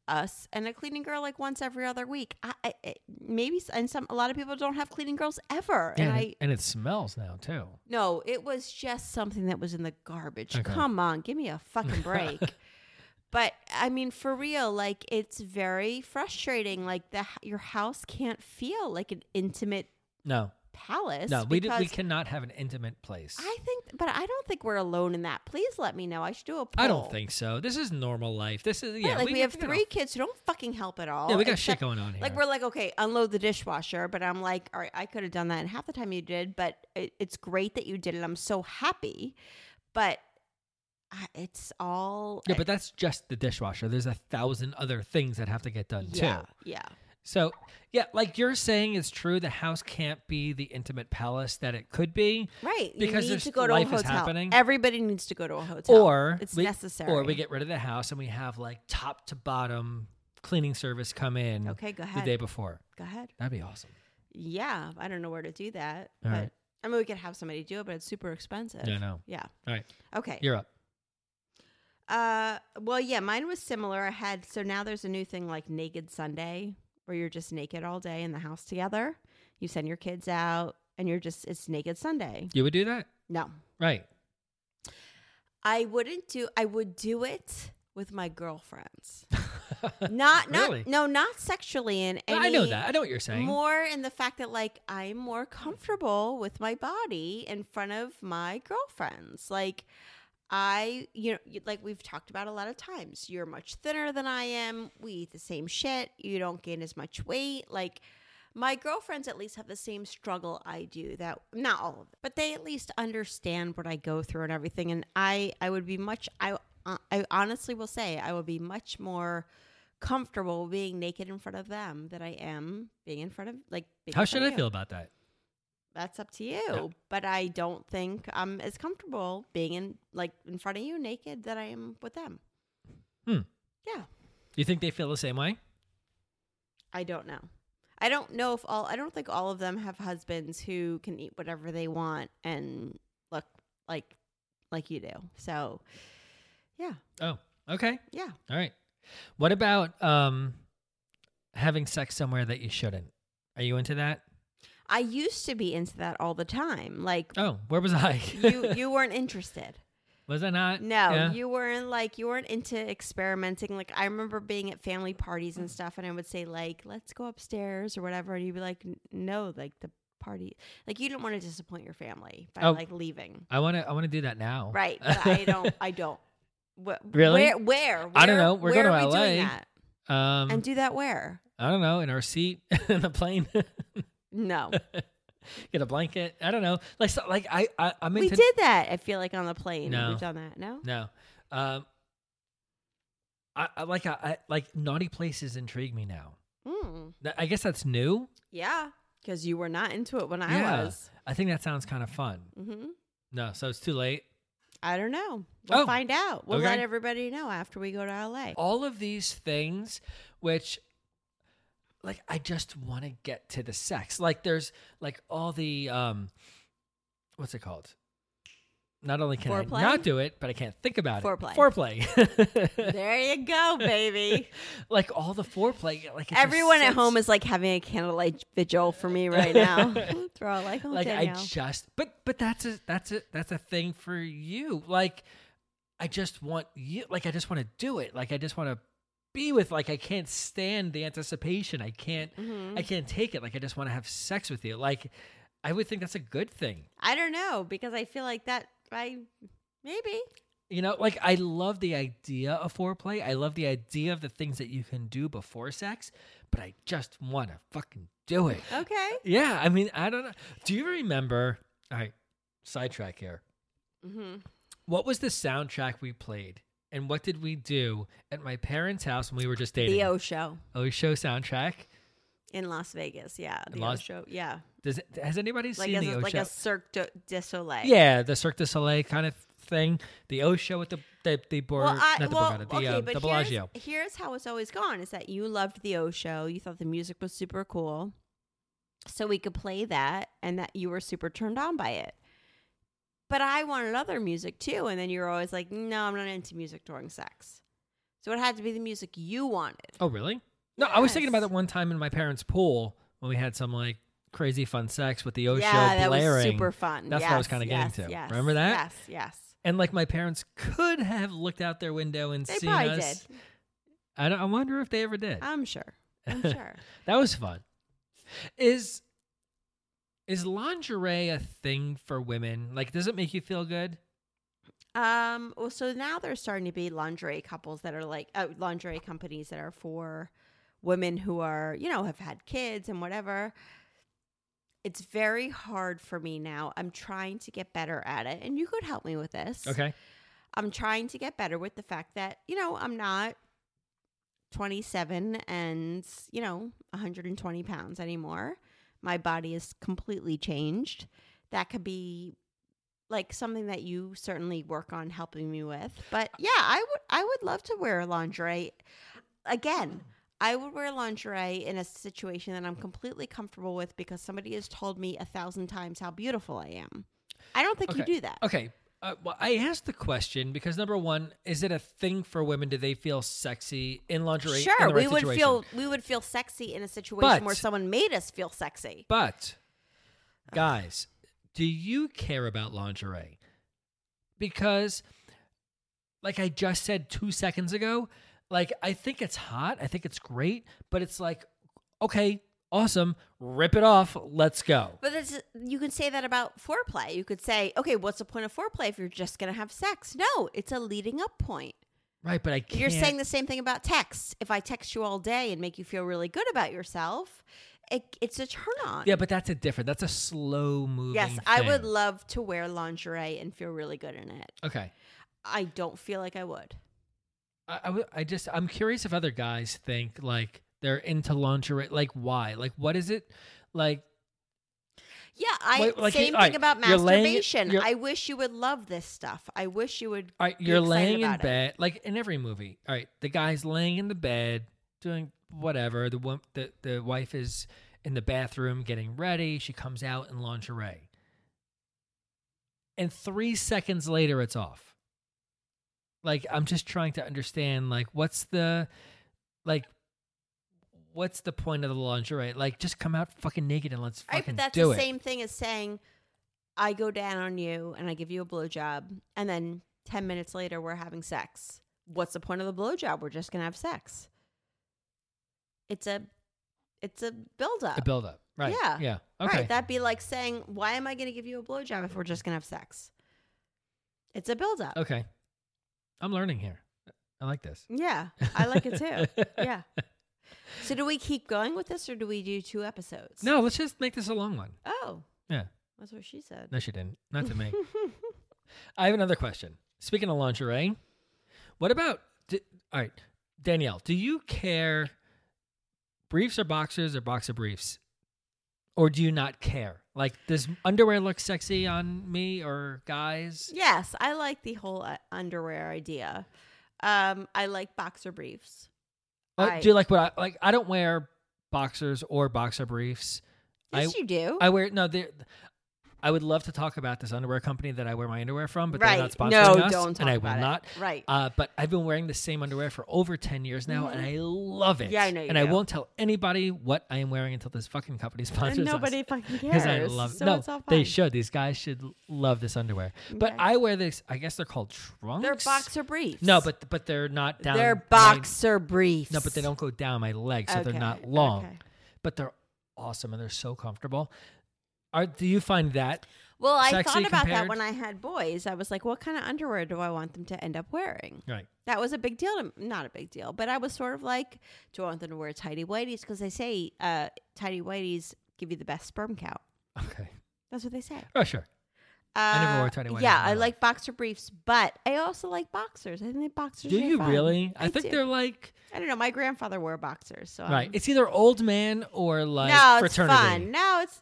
S2: us, and a cleaning girl like once every other week? I, I it- maybe s- and some a lot of people don't have cleaning girls ever,
S1: Yeah,
S2: and
S1: and,
S2: I.
S1: it, and it smells now too.
S2: no, it was just something that was in the garbage.
S1: Okay.
S2: Come on, give me a fucking break. but I mean, for real, like it's very frustrating. Like the h- your house can't feel like an intimate
S1: No,
S2: palace.
S1: no, we do, we
S2: because-
S1: cannot have an intimate place.
S2: I think, but I don't think we're alone in that. Please let me know. I should do a poll.
S1: I don't think so. This is normal life. This is
S2: Right,
S1: yeah.
S2: like we, have
S1: we got a-
S2: three kids who don't fucking help at all.
S1: Yeah, we got shit
S2: except-
S1: going on here.
S2: Like we're like, okay, unload the dishwasher, but I'm like, all right, I could have done that, and half the time you did. But it, it's great that you did it. I'm so happy, but I, it's all
S1: yeah, but that's just the dishwasher. There's a thousand other things that have to get done
S2: yeah,
S1: too.
S2: yeah.
S1: So yeah, like you're saying, it's true. The house can't be the intimate palace that it could be.
S2: Right,
S1: Because
S2: you need
S1: there's-
S2: to go to
S1: life
S2: a
S1: is
S2: hotel.
S1: happening.
S2: Everybody needs to go to a hotel,
S1: Or
S2: it's
S1: we-
S2: necessary.
S1: Or we get rid of the house and we have like top to bottom cleaning service come in.
S2: Okay, go
S1: The
S2: ahead.
S1: day before.
S2: go ahead.
S1: That'd be awesome.
S2: Yeah, I don't know where to do that,
S1: All
S2: but
S1: right.
S2: I mean, we could have somebody do it, but it's super expensive.
S1: Yeah, I know.
S2: Yeah.
S1: All right,
S2: Okay.
S1: you're up.
S2: Uh, well, yeah, mine was similar. I had so now there's a new thing like Naked Sunday, where you're just naked all day in the house together. You send your kids out, and you're just it's naked Sunday.
S1: You would do that?
S2: No.
S1: Right.
S2: I wouldn't do I would do it with my girlfriends. Not not
S1: Really?
S2: no, not sexually in any
S1: I know that. I know what you're saying.
S2: More in the fact that like I'm more comfortable with my body in front of my girlfriends. Like I, you know, you- like we've talked about a lot of times. You're much thinner than I am. We eat the same shit. You don't gain as much weight. Like my girlfriends at least have the same struggle I do. That not all of them, but they at least understand what I go through and everything. And I, I would be much. I, I honestly will say I would be much more comfortable being naked in front of them than I am being in front of like. being
S1: How
S2: in
S1: should
S2: front
S1: I
S2: of you.
S1: feel about that?
S2: That's up to you. But I don't think I'm as comfortable being in like in front of you naked that I am with them.
S1: Hmm.
S2: Yeah.
S1: You think they feel the same way?
S2: I don't know. I don't know if all I don't think all of them have husbands who can eat whatever they want and look like like you do. So yeah.
S1: Oh, okay.
S2: Yeah.
S1: All right. What about um having sex somewhere that you shouldn't? Are you into that?
S2: I used to be into that all the time. Like
S1: Oh, where was I?
S2: you you weren't interested.
S1: was I not?
S2: No,
S1: Yeah.
S2: you weren't like you weren't into experimenting. Like I remember being at family parties and stuff, and I would say like, "Let's go upstairs" or whatever, and you'd be like, "N- "No, like the party, like you didn't want to disappoint your family by
S1: Oh.
S2: like leaving,
S1: I want to. I want to do that now.
S2: right?" But I don't, I don't. Wh-
S1: Really?
S2: Where? Where?
S1: I don't
S2: where-
S1: know. We're
S2: where
S1: going
S2: are
S1: to
S2: we doing
S1: LA.
S2: that?
S1: um,
S2: and do that where?
S1: I don't know. In our seat in the plane,
S2: No,
S1: get a blanket. I don't know. Like, so, like I, I, I'm
S2: we
S1: into.
S2: did that. I feel like on the plane,
S1: No.
S2: we've done that. No,
S1: No. Um, I, I like. I, I like naughty places intrigue me now.
S2: Mm.
S1: That- I guess that's new.
S2: yeah, because you were not into it when I
S1: Yeah.
S2: was.
S1: I think that sounds kind of fun.
S2: hmm
S1: No, so it's too late.
S2: I don't know. We'll
S1: Oh,
S2: find out. We'll let
S1: okay. Oh.
S2: everybody know after we go to LA.
S1: All of these things, which, like, I just want to get to the sex. Like, there's like all the um, what's it called? Not only can
S2: Foreplay?
S1: I not do it, but I can't think about
S2: Foreplay.
S1: it. Foreplay.
S2: there you go, baby.
S1: like all the foreplay. Like it's just
S2: Everyone at
S1: such-
S2: home is like having a candlelight vigil for me right now. They're all like, oh,
S1: like I
S2: Danielle.
S1: just but but that's a that's a that's a thing for you. Like I just want you like I just want to do it. Like I just want to be with like I can't stand the anticipation. I can't
S2: Mm-hmm.
S1: I can't take it. Like I just want to have sex with you. Like I would think that's a good thing.
S2: I don't know because I feel like that. I maybe
S1: You know, like I love the idea of foreplay. I love the idea of the things that you can do before sex, but I just want to fucking do it.
S2: okay.
S1: Yeah, I mean, I don't know. Do you remember? All right, sidetrack here.
S2: Mm-hmm.
S1: What was the soundtrack we played? And what did we do at my parents' house when we were just dating?
S2: The O show
S1: O show soundtrack.
S2: in Las Vegas. Yeah, the O
S1: Las-
S2: show. Yeah,
S1: Does it, has anybody
S2: like
S1: seen
S2: as
S1: the
S2: a,
S1: O
S2: like
S1: show?
S2: a Cirque du, du Soleil.
S1: yeah, the Cirque du Soleil kind of thing. The O show with the the, the Bor-
S2: Well, I,
S1: not the
S2: well,
S1: Borgata, the,
S2: okay,
S1: uh,
S2: but
S1: the
S2: here's-
S1: Bellagio.
S2: Here's, how it's always gone: is that you loved the O show, you thought the music was super cool, so we could play that, and that you were super turned on by it. But I wanted other music too, and then you were always like, "No, I'm not into music during sex." So it had to be the music you wanted.
S1: Oh, really? No, I was thinking about
S2: Yes.
S1: it one time in my parents' pool when we had some like crazy fun sex with the O
S2: yeah,
S1: show
S2: that
S1: blaring.
S2: was super fun.
S1: That's what I was
S2: Yes,
S1: kinda getting
S2: yes,
S1: to.
S2: yes,
S1: Remember that?
S2: Yes, yes.
S1: And like my parents could have looked out their window and
S2: They
S1: seen
S2: probably
S1: us.
S2: did. Uh,
S1: I, don't, I wonder if they ever did.
S2: I'm sure. I'm sure.
S1: That was fun. Is is lingerie a thing for women? Like, does it make you feel good?
S2: Um, well, so now there's starting to be lingerie couples that are like uh, lingerie companies that are for women who are, you know, have had kids and whatever. It's very hard for me now. I'm trying to get better at it, and you could help me with this.
S1: Okay.
S2: I'm trying to get better with the fact that, you know, I'm not 27 and, you know, 120 pounds anymore. My body is completely changed. That could be like something that you certainly work on helping me with. But yeah, I would I would love to wear lingerie. Again, I would wear lingerie in a situation that I'm completely comfortable with because somebody has told me a thousand times how beautiful I am. I don't think
S1: Okay.
S2: you do that.
S1: Okay. Uh, well, I asked the question because number one, is it a thing for women? Do they feel sexy in lingerie? in
S2: Sure,
S1: the
S2: we
S1: right
S2: would
S1: situation?
S2: feel we would feel sexy in a situation
S1: But-
S2: where someone made us feel sexy.
S1: But Guys, do you care about lingerie? Because, like I just said two seconds ago, like I think it's hot. I think it's great, but it's like, okay, awesome. Rip it off. Let's go.
S2: But that's, you can say that about foreplay. You could say, okay, what's the point of foreplay if you're just going to have sex? No, it's a leading up point.
S1: Right, but I can't.
S2: You're saying the same thing about text. If I text you all day and make you feel really good about yourself, it, it's a turn on.
S1: Yeah, but that's a different. That's a slow moving.
S2: yes, I would
S1: thing.
S2: love to wear lingerie and feel really good in it.
S1: okay.
S2: I don't feel like I would.
S1: I, I w- I just I'm curious if other guys think like they're into lingerie. Like why? Like what is it? Like
S2: Yeah, I
S1: Wait, like,
S2: same
S1: all right,
S2: thing about
S1: you're laying-
S2: masturbation.
S1: you're-
S2: I wish you would love this stuff. I wish you would.
S1: all right,
S2: be
S1: you're
S2: excited
S1: laying in
S2: about it.
S1: bed, like in every movie. All right, the guy's laying in the bed doing whatever. The wo- the the wife is in the bathroom getting ready. She comes out in lingerie, and three seconds later, it's off. Like I'm just trying to understand, like what's the, like. What's the point of the lingerie? Like, just come out fucking naked and let's
S2: All
S1: fucking
S2: right, but that's
S1: do
S2: the
S1: it.
S2: same thing as saying I go down on you and I give you a blowjob, and then ten minutes later we're having sex. What's the point of the blowjob? We're just gonna have sex. It's a, it's a buildup.
S1: the build up. Right.
S2: Yeah.
S1: Yeah. Okay.
S2: Right. That'd be like saying, why am I gonna give you a blowjob if we're just gonna have sex? It's a buildup.
S1: okay. I'm learning here. I like this.
S2: Yeah, I like it too. yeah. So do we keep going with this, or do we do two episodes?
S1: No, let's just make this a long one.
S2: Oh,
S1: Yeah.
S2: that's what she said.
S1: No, she didn't. Not to me. I have another question. Speaking of lingerie, what about, d all right, Danielle, do you care briefs or boxers or boxer briefs? Or do you not care? Like, does underwear look sexy on me or guys?
S2: Yes, I like the whole uh, underwear idea. Um, I like boxer briefs.
S1: Or
S2: I-
S1: do you like what I like? I don't wear boxers or boxer briefs. I-
S2: Yes, you do.
S1: I wear no. they're- I would love to talk about this underwear company that I wear my underwear from, but they're not
S2: Right.
S1: sponsoring
S2: No,
S1: us,
S2: don't talk
S1: and I
S2: about
S1: will
S2: it.
S1: not.
S2: Right.
S1: Uh, but I've been wearing the same underwear for over ten years now, and I love it.
S2: Mm-hmm. Yeah, I know you
S1: and I
S2: do.
S1: won't tell anybody what I am wearing until this fucking company sponsors
S2: nobody
S1: us.
S2: fucking
S1: Because I
S2: cares,
S1: love
S2: so
S1: no,
S2: it's all
S1: they
S2: fine.
S1: should. These guys should l- love this underwear. But
S2: Okay.
S1: I wear this. I guess they're called trunks.
S2: they're boxer briefs.
S1: No, but but they're not down.
S2: they're
S1: my-
S2: boxer briefs.
S1: no, but they don't go down my leg, so
S2: Okay,
S1: they're not long.
S2: okay.
S1: But they're awesome and they're so comfortable. Are do you find that?
S2: Well, I
S1: sexy
S2: thought about that
S1: compared-
S2: when I had boys. I was like, what kind of underwear do I want them to end up wearing?
S1: Right.
S2: That was a big deal. To, not a big deal, but I was sort of like, do I want them to wear tidy whities? Because they say uh, tidy whities give you the best sperm count.
S1: Okay.
S2: That's what they say.
S1: Oh sure.
S2: Uh,
S1: never wore tidy whities
S2: Yeah,
S1: in my
S2: I
S1: life.
S2: like boxer briefs, but I also like boxers. I think that boxers.
S1: Do
S2: are
S1: you
S2: fun.
S1: really? I, think
S2: do.
S1: they're like
S2: I don't know. My grandfather wore boxers, so I'm-
S1: right. It's either old man or like
S2: no, it's
S1: fraternity.
S2: fun. No, it's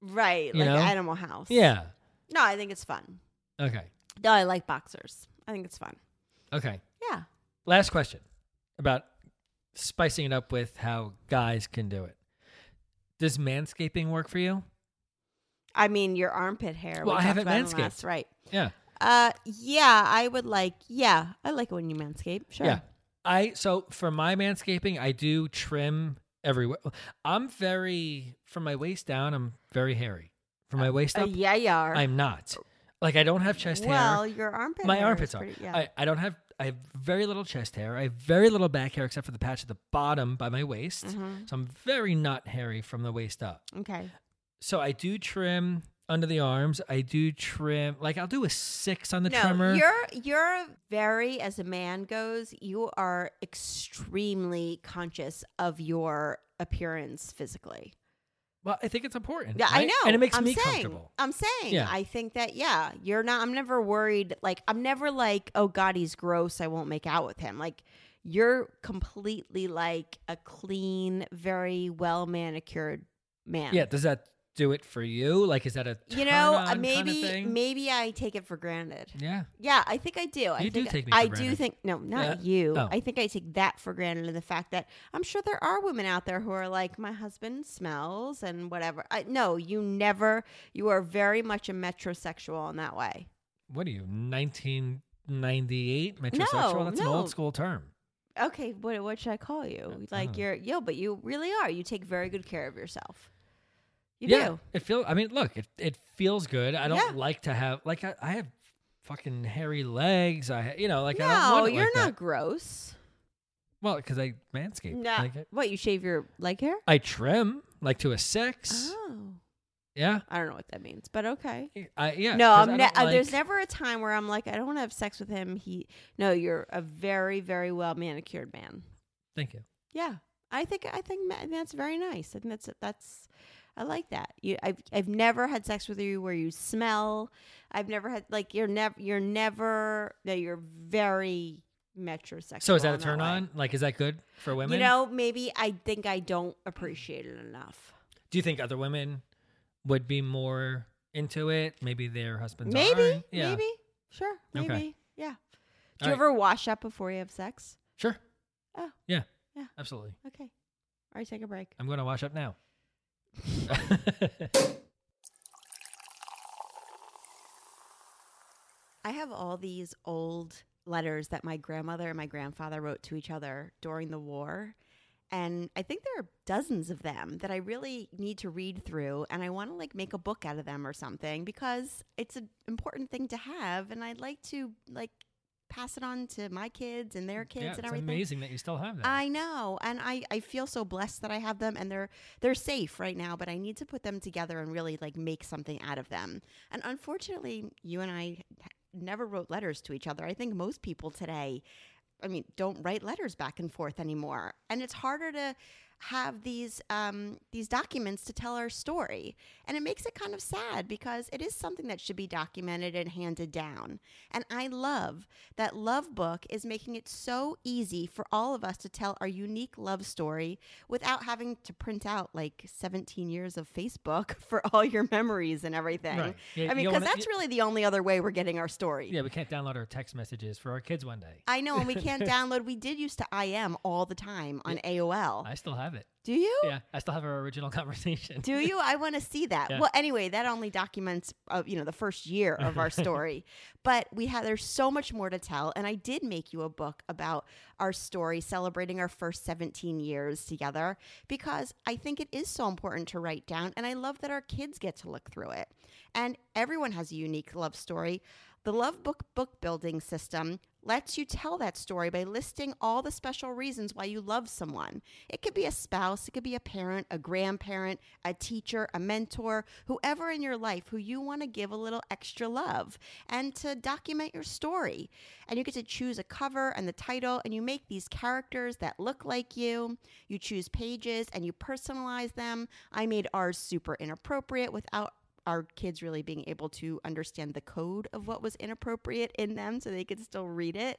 S2: right.
S1: You
S2: like
S1: know?
S2: Animal House.
S1: Yeah.
S2: No, I think it's fun.
S1: Okay.
S2: No, I like boxers. I think it's fun.
S1: Okay.
S2: Yeah.
S1: Last question about spicing it up with how guys can do it. Does manscaping work for you?
S2: I mean, your armpit hair.
S1: Well, I
S2: talked
S1: haven't
S2: about in the
S1: manscaped.
S2: last- Right.
S1: Yeah.
S2: Uh, yeah, I would like. Yeah, I like it when you manscape. Sure. Uh,
S1: Yeah. I so for my manscaping, I do trim everywhere. I'm very from my waist down. I'm very hairy. From my waist
S2: Uh,
S1: up,
S2: yeah, you are.
S1: I'm not. Like I don't have chest hair.
S2: well, your armpit.
S1: my
S2: hair is
S1: armpits are.
S2: pretty- yeah.
S1: I, I don't have. I have very little chest hair. I have very little back hair except for the patch at the bottom by my waist.
S2: Mm-hmm.
S1: So I'm very not hairy from the waist up.
S2: okay.
S1: So I do trim under the arms. I do trim. Like I'll do a six on the
S2: no,
S1: trimmer.
S2: you're you're very as a man goes. You are extremely conscious of your appearance physically.
S1: well, I think it's important.
S2: Yeah, I
S1: right?
S2: know.
S1: and it makes
S2: I'm
S1: me
S2: saying,
S1: comfortable.
S2: I'm saying,
S1: Yeah.
S2: I think that yeah, you're not. I'm never worried. Like I'm never like, oh God, he's gross. I won't make out with him. Like you're completely like a clean, very well manicured man.
S1: Yeah, does that do it for you? Like, is that a
S2: You know, uh,
S1: turn-on kinda
S2: maybe
S1: thing?
S2: maybe I take it for granted.
S1: yeah.
S2: Yeah, I think I do. I
S1: You do
S2: think,
S1: take me for
S2: I do
S1: granted.
S2: think no,
S1: Yeah.
S2: not you.
S1: Oh.
S2: I think I take that for granted. and The fact that I'm sure there are women out there who are like, my husband smells and whatever. I, no, you never. You are very much a metrosexual in that way.
S1: What are you? 1998 metrosexual?
S2: No,
S1: That's an
S2: no.
S1: old school term.
S2: Okay, what what should I call you?
S1: I
S2: Like
S1: don't know.
S2: you're yo, but you really are. You take very good care of yourself. You
S1: yeah,
S2: do.
S1: it feels. I mean, look, it it feels good. I don't
S2: Yeah.
S1: like to have like I, I have fucking hairy legs. I ha- you know like I don't
S2: no,
S1: want it
S2: you're
S1: like
S2: not
S1: that.
S2: gross.
S1: Well, because I manscape.
S2: No.
S1: Like, I-
S2: what, you shave your leg hair?
S1: I trim like to a six.
S2: Oh.
S1: Yeah.
S2: I don't know what that means, but okay.
S1: I yeah.
S2: no,
S1: 'cause
S2: I'm
S1: I
S2: ne-
S1: don't
S2: uh, there's
S1: like-
S2: never a time where I'm like, I don't want to have sex with him. He, no, you're a very, very well manicured man.
S1: Thank you.
S2: Yeah, I think I think ma- that's very nice. I think that's that's I like that. You, I've I've never had sex with you where you smell. I've never had like you're never you're never no you're very metrosexual.
S1: So is that a
S2: in
S1: turn
S2: way.
S1: on? Like, is that good for women?
S2: You know, maybe I think I don't appreciate it enough.
S1: Do you think other women would be more into it? Maybe their husbands.
S2: Maybe,
S1: aren't? Yeah.
S2: maybe, sure,
S1: Okay.
S2: maybe, yeah.
S1: All
S2: Do you
S1: right.
S2: ever wash up before you have sex?
S1: Sure.
S2: Oh.
S1: Yeah.
S2: Yeah.
S1: Absolutely.
S2: Okay. All right, take a break.
S1: I'm going to wash up now.
S2: I have all these old letters that my grandmother and my grandfather wrote to each other during the war. And I think there are dozens of them that I really need to read through and I want to like make a book out of them or something because it's an important thing to have and I'd like to like pass it on to my kids and their kids
S1: yeah,
S2: and
S1: it's
S2: everything.
S1: amazing that you still have that.
S2: I know, and I, I feel so blessed that I have them, and they're they're safe right now. But I need to put them together and really like make something out of them. And unfortunately, you and I ha- never wrote letters to each other. I think most people today, I mean, don't write letters back and forth anymore, and it's harder to have these um, these documents to tell our story and it makes it kind of sad because it is something that should be documented and handed down and i love that love book is making it so easy for all of us to tell our unique love story without having to print out like 17 years of facebook for all your memories and everything
S1: Right. Yeah,
S2: i mean
S1: you
S2: because
S1: wanna-
S2: that's
S1: you-
S2: really the only other way we're getting our story
S1: yeah, we can't download our text messages for our kids one day.
S2: I know, and we can't download. We did used to IM all the time on AOL.
S1: I still have it.
S2: Do you?
S1: Yeah, I still have our original conversation.
S2: Do you? I want to see that.
S1: Yeah.
S2: Well, anyway, that only documents, uh, you know, the first year of our story. but we had there's so much more to tell, and I did make you a book about our story, celebrating our first 17 years together, because I think it is so important to write down, and I love that our kids get to look through it. And everyone has a unique love story. The Love Book book building system lets you tell that story by listing all the special reasons why you love someone. It could be a spouse, it could be a parent, a grandparent, a teacher, a mentor, whoever in your life who you want to give a little extra love and to document your story. And you get to choose a cover and the title, and you make these characters that look like you. You choose pages and you personalize them. I made ours super inappropriate without our kids really being able to understand the code of what was inappropriate in them so they could still read it.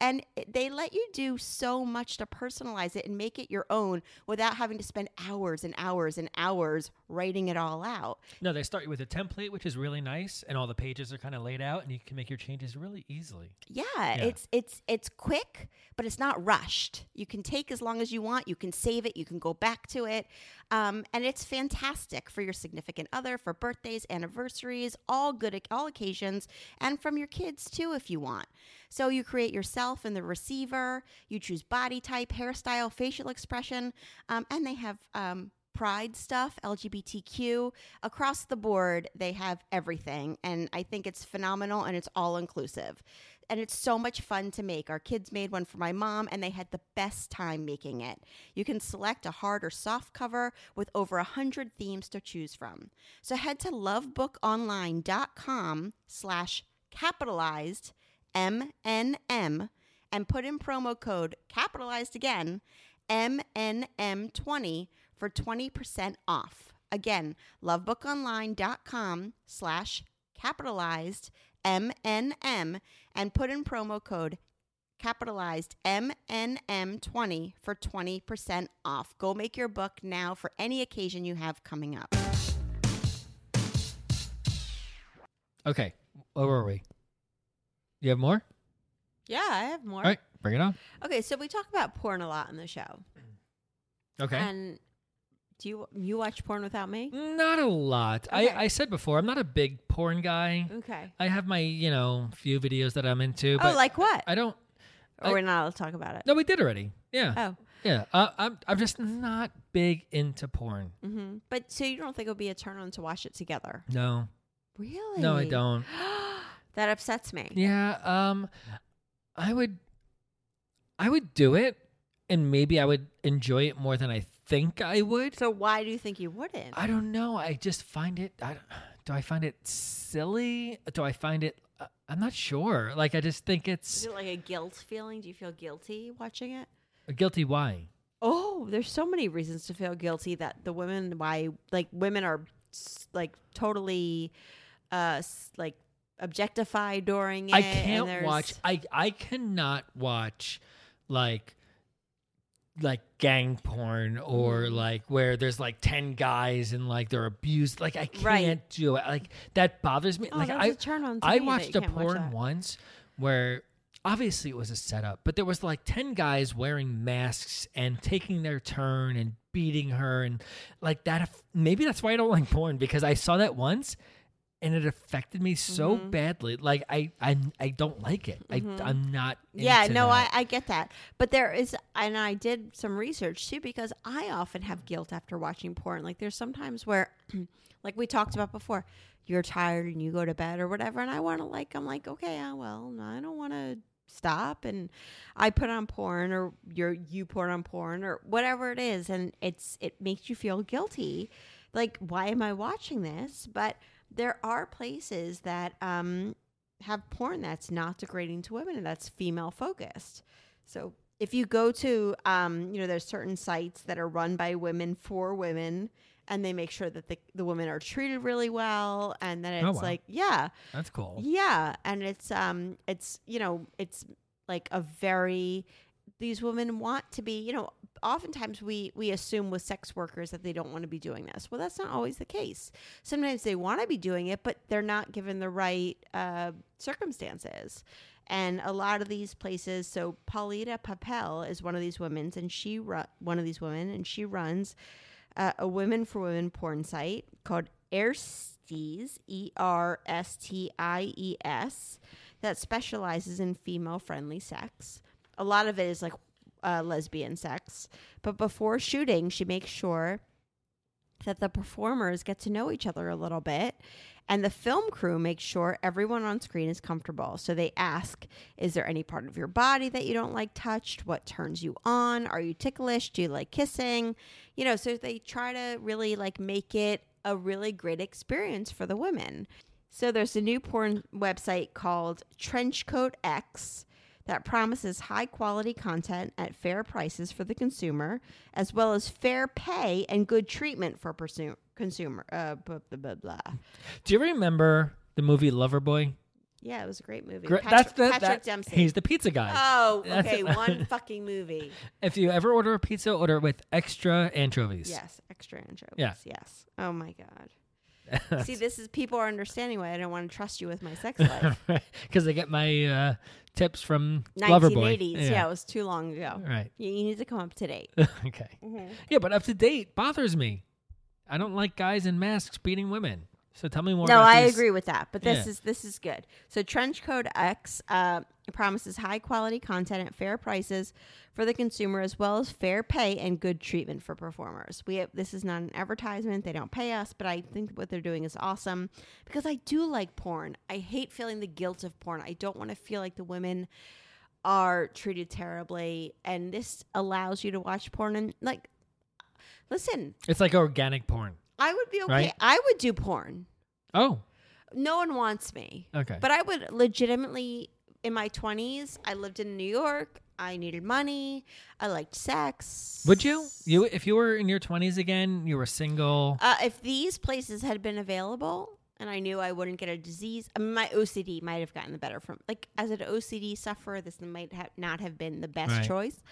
S2: And it- they let you do so much to personalize it and make it your own without having to spend hours and hours and hours writing it all out.
S1: No, they start you with a template, which is really nice, and all the pages are kind of laid out, and you can make your changes really easily.
S2: Yeah, it's it's it's quick, but it's not rushed. You can take as long as you want. You can save it. You can go back to it, um, and it's fantastic for your significant other, for birthdays, anniversaries, all good oc- all occasions, and from your kids too, if you want. So you create yourself and the receiver. You choose body type, hairstyle, facial expression, um, and they have. Um, pride stuff, LGBTQ. Across the board, they have everything. And I think it's phenomenal and it's all inclusive. And it's so much fun to make. Our kids made one for my mom and they had the best time making it. You can select a hard or soft cover with over 100 themes to choose from. So head to lovebookonline.com slash capitalized MNM and put in promo code capitalized again MNM20 for 20% off. Again, lovebookonline.com slash capitalized MNM and put in promo code capitalized MNM20 for 20% off. Go make your book now for any occasion you have coming up.
S1: Okay, where were we? You have more?
S2: Yeah, I have more.
S1: All right, bring it on.
S2: Okay, so we talk about porn a lot in the show.
S1: Okay.
S2: And do you you watch porn without me?
S1: not a lot.
S2: Okay.
S1: I, I said before, I'm not a big porn guy.
S2: Okay.
S1: I have my, you know, few videos that I'm into, but
S2: oh, like what?
S1: I don't.
S2: or
S1: I-
S2: we're not allowed to talk about it.
S1: No, we did already. Yeah.
S2: Oh,
S1: Yeah, uh, I'm I'm just not big into porn.
S2: hmm But so you don't think it would be a turn on to watch it together?
S1: No,
S2: Really?
S1: no, I don't.
S2: that upsets me.
S1: Yeah, um, I would, I would do it, and maybe I would enjoy it more than I think I would.
S2: So why do you think you wouldn't?
S1: I don't know. I just find it. I, don't- do I find it silly? Do I find it? Uh, I'm not sure. Like I just think
S2: Is
S1: it's
S2: it like a guilt feeling? Do you feel guilty watching it?
S1: a guilty why.
S2: Oh, there's so many reasons to feel guilty that the women why like women are s- like totally uh s- like objectified during it.
S1: I
S2: and
S1: can't
S2: there's-
S1: watch. I I cannot watch like like gang porn
S2: Mm-hmm.
S1: or like where there's like 10 guys and like they're abused like i can't
S2: Right.
S1: do it like that bothers me
S2: Oh,
S1: like
S2: that
S1: I
S2: was a turn on to me
S1: I
S2: that
S1: watched
S2: you
S1: a
S2: can't watch
S1: porn
S2: that.
S1: once where obviously it was a setup, but there was like 10 guys wearing masks and taking their turn and beating her and like that maybe that's why I don't like porn because I saw that once and it affected me so
S2: Mm-hmm.
S1: badly. Like I I I don't like it. I I'm not
S2: Yeah,
S1: into
S2: no,
S1: that.
S2: I, I get that. But there is, and I did some research too because I often have guilt after watching porn. Like there's sometimes where, like we talked about before, you're tired and you go to bed or whatever, and I want to like, I'm like, okay, uh, well, no, I don't want to stop, and I put on porn or your you put on porn or whatever it is, and it's it makes you feel guilty. Like, why am I watching this? But there are places that um, have porn that's not degrading to women and that's female focused. So if you go to, um, you know, there's certain sites that are run by women for women, and they make sure that the, the women are treated really well, and then it's
S1: Oh, wow.
S2: like, yeah,
S1: That's cool.
S2: yeah, and it's um, it's you know, it's like a very these women want to be, you know, oftentimes we we assume with sex workers that they don't want to be doing this. Well, that's not always the case. Sometimes they want to be doing it, but they're not given the right uh, circumstances. And a lot of these places, so Paulita Papel is one of these women's, and she run one of these women, and she runs uh, a women for women porn site called Ersties, E R S T I E S, that specializes in female friendly sex. A lot of it is like uh, lesbian sex. But before shooting, she makes sure that the performers get to know each other a little bit. And the film crew makes sure everyone on screen is comfortable. So they ask, is there any part of your body that you don't like touched? What turns you on? Are you ticklish? Do you like kissing? You know, so they try to really like make it a really great experience for the women. So there's a new porn website called Trenchcoat X that promises high quality content at fair prices for the consumer, as well as fair pay and good treatment for pursu- consumer. Uh, blah, blah, blah, blah.
S1: Do you remember the movie Loverboy?
S2: Yeah, it was a great movie.
S1: Gre-
S2: Patrick,
S1: that's the
S2: Patrick
S1: that-
S2: Dempsey.
S1: He's the pizza guy.
S2: oh,
S1: That's-
S2: okay, one fucking movie.
S1: If you ever order a pizza, order it with extra anchovies.
S2: Yes, extra anchovies.
S1: Yeah.
S2: Yes. Oh my god. See, this is people are understanding why I don't want to trust you with my sex life.
S1: Because I get my uh, tips from Loverboy.
S2: 1980s. Yeah. Mm-hmm. it was too long ago.
S1: Right.
S2: You, you need to come up to date.
S1: okay. Yeah, but up to date bothers me. I don't like guys in masks beating women. So tell me more.
S2: No,
S1: about
S2: I
S1: these-
S2: agree with that. But this
S1: Yeah.
S2: is this is good. So Trench Code X uh, promises high quality content at fair prices for the consumer, as well as fair pay and good treatment for performers. We have, this is not an advertisement; they don't pay us, but I think what they're doing is awesome because I do like porn. I hate feeling the guilt of porn. I don't want to feel like the women are treated terribly, and this allows you to watch porn and like. Listen,
S1: It's like organic porn.
S2: I would be okay.
S1: Right.
S2: I would do porn
S1: Oh,
S2: no one wants me.
S1: Okay.
S2: But I would legitimately, in my 20s, I lived in New York. I needed money. I liked sex.
S1: would you? You if you were in your twenties again, you were single.
S2: Uh, if these places had been available and I knew I wouldn't get a disease, I mean, my OCD might have gotten the better from, like, as an OCD sufferer, this might have not have been the best
S1: Right.
S2: choice.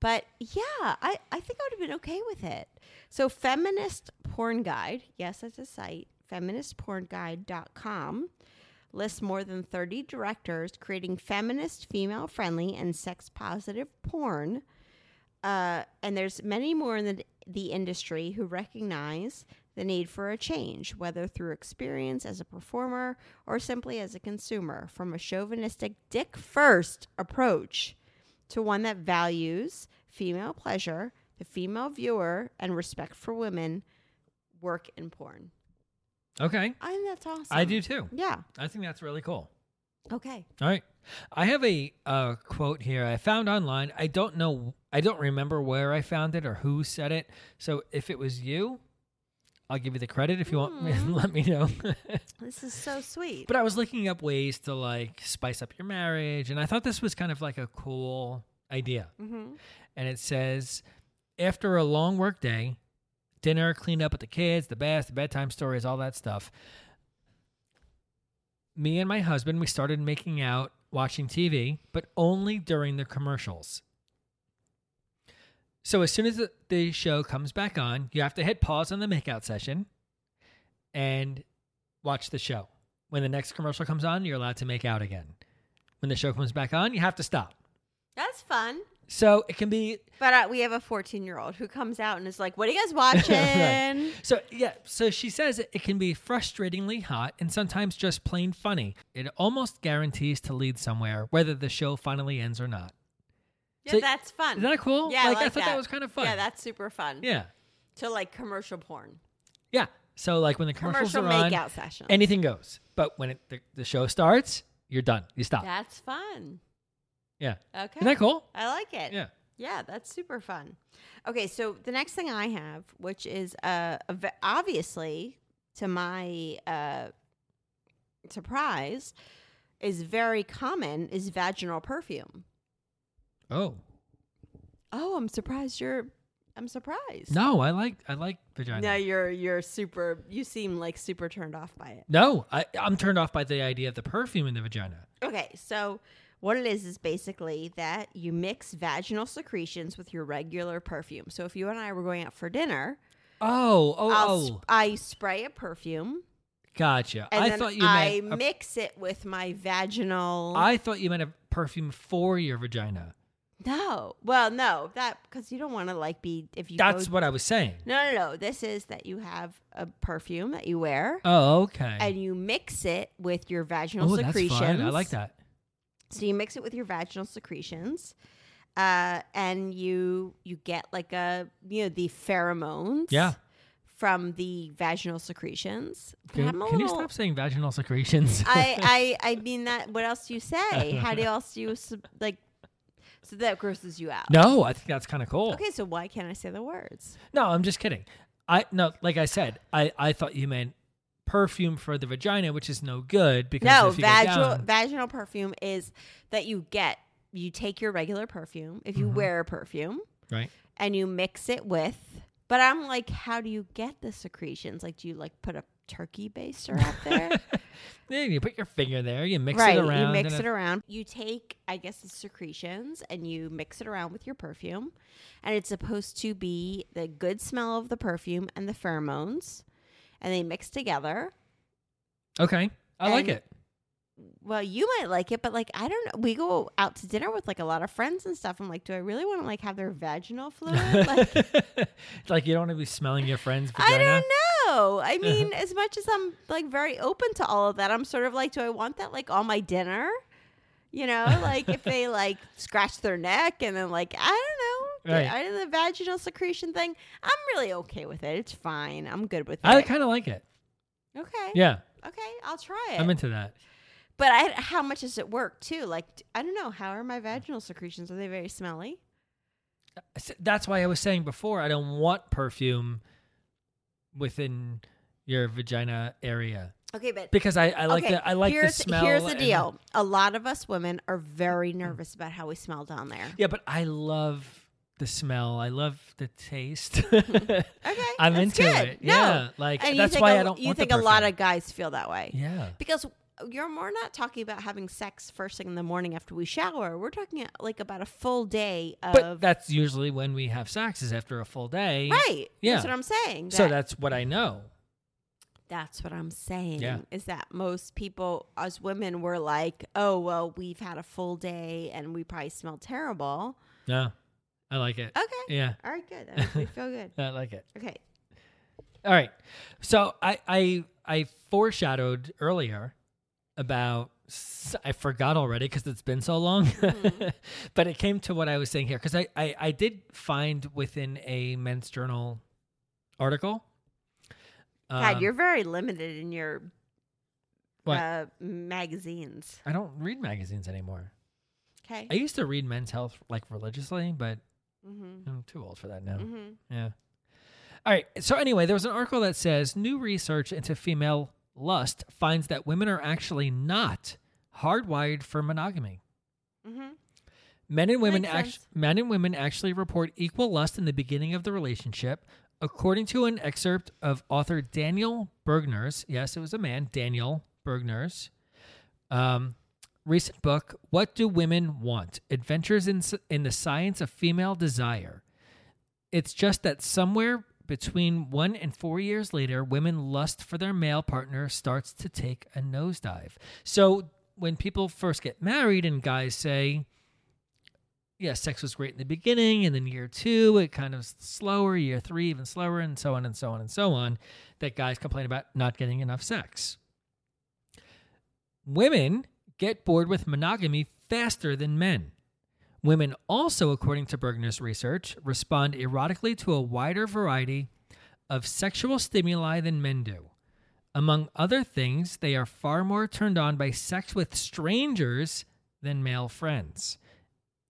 S2: But yeah, I, I think I would have been okay with it. So, Feminist Porn Guide, yes, that's a site, feministpornguide.com. lists more than 30 directors creating feminist, female friendly, and sex positive porn. Uh, and there's many more in the, the industry who recognize the need for a change, whether through experience as a performer or simply as a consumer, from a chauvinistic dick first approach to one that values female pleasure, the female viewer, and respect for women work in porn.
S1: Okay.
S2: I think that's awesome.
S1: I do too.
S2: Yeah.
S1: I think that's really cool.
S2: Okay.
S1: All right. I have a uh, quote here I found online. I don't know, I don't remember where I found it or who said it. So if it was you, I'll give you the credit if you want me
S2: Mhm.
S1: let me know.
S2: This is so sweet.
S1: but I was looking up ways to like spice up your marriage. And I thought this was kind of like a cool idea.
S2: mm-hmm.
S1: And it says, after a long work day, dinner, clean up with the kids, the bath, the bedtime stories, all that stuff. Me and my husband, we started making out watching TV, but only during the commercials. So as soon as the, the show comes back on, you have to hit pause on the makeout session and watch the show. When the next commercial comes on, you're allowed to make out again. When the show comes back on, you have to stop.
S2: That's fun.
S1: So it can be
S2: But uh, we have a 14 year old who comes out and is like, What are you guys watching?
S1: Right. So yeah, so she says it can be frustratingly hot and sometimes just plain funny. It almost guarantees to lead somewhere, whether the show finally ends or not.
S2: Yeah,
S1: So-
S2: that's fun.
S1: Isn't that cool?
S2: Yeah, I,
S1: Like, I
S2: like
S1: thought that was kind of fun.
S2: Yeah, that's super fun.
S1: Yeah,
S2: To like commercial porn,
S1: yeah. So like when the commercials
S2: commercial
S1: are on,
S2: makeout session.
S1: anything goes. But when it, the, the show starts, you're done. You stop.
S2: that's fun.
S1: yeah.
S2: Okay.
S1: Isn't that cool?
S2: I like it.
S1: Yeah.
S2: Yeah, that's super fun. Okay, so the next thing I have, which is uh, a ve- obviously to my uh, surprise, is very common is vaginal perfume.
S1: Oh
S2: Oh, I'm surprised you're. I'm surprised.
S1: no, I like I like vagina.
S2: no, you're you're super. You seem like super turned off by it.
S1: No, I, I'm turned off by the idea of the perfume in the vagina.
S2: Okay, so what it is is basically that you mix vaginal secretions with your regular perfume. So if you and I were going out for dinner,
S1: Oh, oh,
S2: I'll
S1: oh.
S2: sp- I spray a perfume
S1: Gotcha.
S2: and
S1: I
S2: then
S1: thought you
S2: I
S1: meant a
S2: mix it with my vaginal.
S1: I thought you meant a perfume for your vagina.
S2: no, well, no, that because you don't want to like be if you.
S1: That's
S2: go,
S1: what I was saying.
S2: No, no, no. This is that you have a perfume that you wear.
S1: Oh, okay.
S2: and you mix it with your vaginal
S1: oh, that's
S2: secretions.
S1: fun. I like that.
S2: So you mix it with your vaginal secretions, uh, and you you get like a you know the pheromones.
S1: Yeah.
S2: From the vaginal secretions.
S1: Can,
S2: I'm a
S1: can you
S2: little-
S1: stop saying vaginal secretions?
S2: I, I I mean that. What else do you say? How do else do you sub- like? So that grosses you out.
S1: no, I think that's kind of cool.
S2: Okay, so why can't I say the words?
S1: No, I'm just kidding. I no, like I said, I I thought you meant perfume for the vagina, which is no good because
S2: No,
S1: if you go
S2: vaginal
S1: down-
S2: vaginal perfume is that you get. You take your regular perfume if
S1: Mm-hmm.
S2: you wear a perfume,
S1: right?
S2: and you mix it with. But I'm like, how do you get the secretions? Like, do you like put a turkey baster up there?
S1: Then you put your finger there, you mix
S2: right.
S1: it around.
S2: you mix
S1: and
S2: it around. You take, I guess, the secretions and you mix it around with your perfume. And it's supposed to be the good smell of the perfume and the pheromones. And they mix together.
S1: Okay, I like
S2: And-
S1: it.
S2: Well, you might like it, but like I don't know. We go out to dinner with like a lot of friends and stuff. I'm like, do I really want to like have their vaginal fluid? Like,
S1: It's like you don't want to be smelling your friend's vagina.
S2: I don't know. I mean, as much as I'm like very open to all of that, I'm sort of like, do I want that like on my dinner? You know, like if they like scratch their neck and then like I don't know,
S1: Right.
S2: I, the vaginal secretion thing. I'm really okay with it. It's fine. I'm good with it.
S1: I kind of like it.
S2: okay.
S1: Yeah,
S2: Okay. I'll try it.
S1: I'm into that.
S2: but I, how much does it work too? Like d- I don't know. How are my vaginal secretions? Are they very smelly?
S1: S- that's why I was saying before I don't want perfume within your vagina area
S2: Okay, but
S1: because I, I like
S2: okay,
S1: the I like the
S2: here's,
S1: smell.
S2: Here's the
S1: and- Mm.
S2: deal: a lot of us women are very nervous about how we smell down there.
S1: yeah, but I love the smell. I love the taste.
S2: Okay,
S1: I'm
S2: that's
S1: into
S2: good.
S1: it.
S2: No.
S1: Yeah, like
S2: and you
S1: that's
S2: think
S1: why
S2: a-
S1: I don't.
S2: You
S1: want the
S2: think a lot
S1: perfume.
S2: of guys feel that way
S1: yeah.
S2: because you're more not talking about having sex first thing in the morning after we shower. We're talking uh, like about a full day of
S1: But that's usually when we have sex is after a full day.
S2: right.
S1: Yeah.
S2: that's what I'm saying.
S1: So
S2: that-
S1: that's what I know.
S2: that's what I'm saying.
S1: Yeah.
S2: Is that most people, as women, were like, "Oh well, we've had a full day and we probably smell terrible."
S1: Yeah, I like it.
S2: Okay,
S1: Yeah,
S2: all right, good. That makes me feel good.
S1: I like it.
S2: Okay,
S1: All right. So I I I foreshadowed earlier about s- I forgot already because it's been so long. but it came to what I was saying here because I, I, I did find within a men's journal article.
S2: God,
S1: um,
S2: you're very limited in your
S1: what?
S2: uh, magazines.
S1: I don't read magazines anymore.
S2: Okay.
S1: I used to read Men's Health like religiously, but
S2: Mm-hmm.
S1: I'm too old for that now.
S2: Mm-hmm.
S1: Yeah. All right. So anyway, there was an article that says new research into female lust finds that women are actually not hardwired for monogamy.
S2: Mm-hmm.
S1: Men and women
S2: Makes
S1: act-
S2: sense.
S1: men and women actually report equal lust in the beginning of the relationship, according to an excerpt of author Daniel Bergner's. Yes, it was a man, Daniel Bergner's. Um, recent book, "What Do Women Want: Adventures in S- in the Science of Female Desire." It's just that somewhere between one and four years later, women lust for their male partner starts to take a nosedive. So when people first get married and guys say, yeah, sex was great in the beginning, and then year two, it kind of s- slower, year three, even slower, and so on and so on and so on, that guys complain about not getting enough sex. Women get bored with monogamy faster than men. Women also, according to Bergner's research, respond erotically to a wider variety of sexual stimuli than men do. Among other things, they are far more turned on by sex with strangers than male friends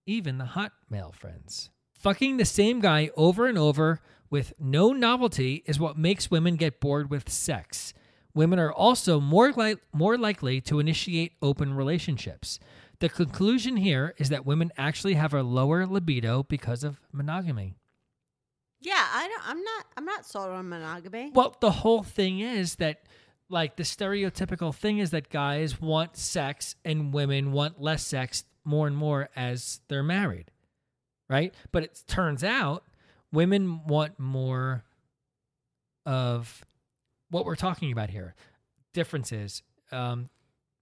S1: even the hot male friends. Fucking the same guy over and over with no novelty is what makes women get bored with sex. Women are also more, li- more likely to initiate open relationships. The conclusion here is that women actually have a lower libido because of monogamy.
S2: Yeah, I don't. I'm not. I'm not sold on monogamy.
S1: Well, the whole thing is that, like, the stereotypical thing is that guys want sex and women want less sex more and more as they're married, right? But it turns out women want more of what we're talking about here differences, um,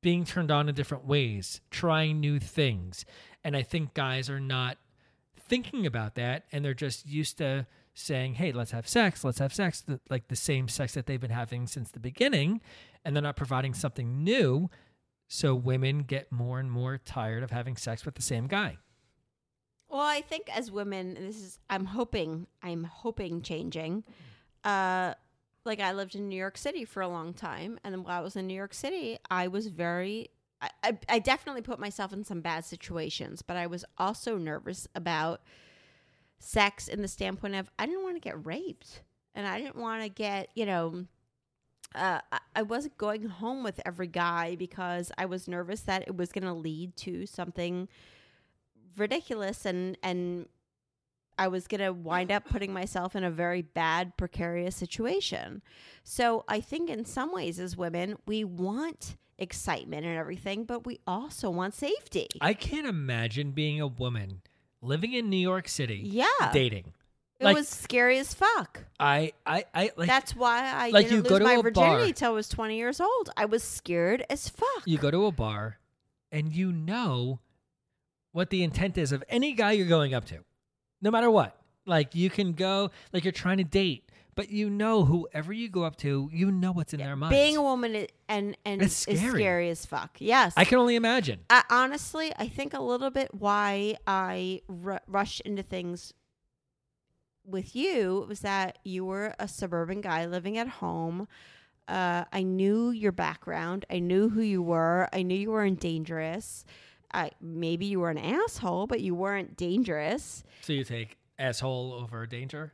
S1: being turned on in different ways, trying new things. And I think guys are not thinking about that and they're just used to saying hey let's have sex let's have sex the, like the same sex that they've been having since the beginning and they're not providing something new so women get more and more tired of having sex with the same guy
S2: Well, I think as women, this is I'm hoping I'm hoping changing. Uh like I lived in New York City for a long time and then while I was in New York City, I was very I, I, I definitely put myself in some bad situations, but I was also nervous about sex in the standpoint of I didn't want to get raped and I didn't want to get, you know, uh, I- I wasn't going home with every guy because I was nervous that it was going to lead to something ridiculous and and I was going to wind up putting myself in a very bad precarious situation. So I think in some ways as women, we want excitement and everything, but we also want safety.
S1: i can't imagine being a woman living in new york city
S2: yeah.
S1: dating
S2: it
S1: like-
S2: was scary as fuck.
S1: i i i like
S2: That's why I
S1: like you
S2: didn't
S1: go
S2: lose
S1: to
S2: my
S1: a
S2: virginity
S1: bar.
S2: till I was 20 years old. I was scared as fuck.
S1: you go to a bar and you know what the intent is of any guy you're going up to, no matter what. Like you can go, like you're trying to date, but you know whoever you go up to, you know what's in their mind.
S2: Being a woman i- and and
S1: It's
S2: is
S1: scary.
S2: scary as fuck. Yes.
S1: I can only imagine.
S2: I, honestly, I think a little bit why I ru- rushed into things with you was that you were a suburban guy living at home. Uh, I knew your background. I knew who you were. I knew you weren't dangerous. I, maybe you were an asshole, but you weren't dangerous.
S1: So you take asshole over danger.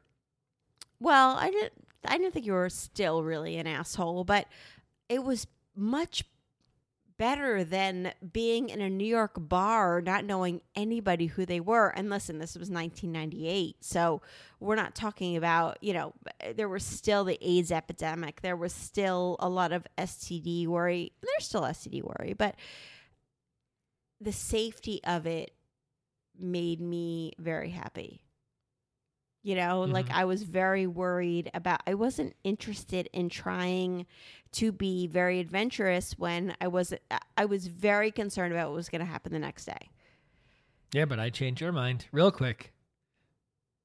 S2: Well, I didn't. I didn't think you were still really an asshole, but it was much better than being in a New York bar, not knowing anybody who they were. And listen, this was 1998, so we're not talking about you know eh, there was still the AIDS epidemic, there was still a lot of STD worry, and there's still STD worry, but the safety of it made me very happy. You know, like
S1: Mhm.
S2: I was very worried about, I wasn't interested in trying to be very adventurous when I was, I was very concerned about what was going to happen the next day.
S1: Yeah, but I changed your mind real quick.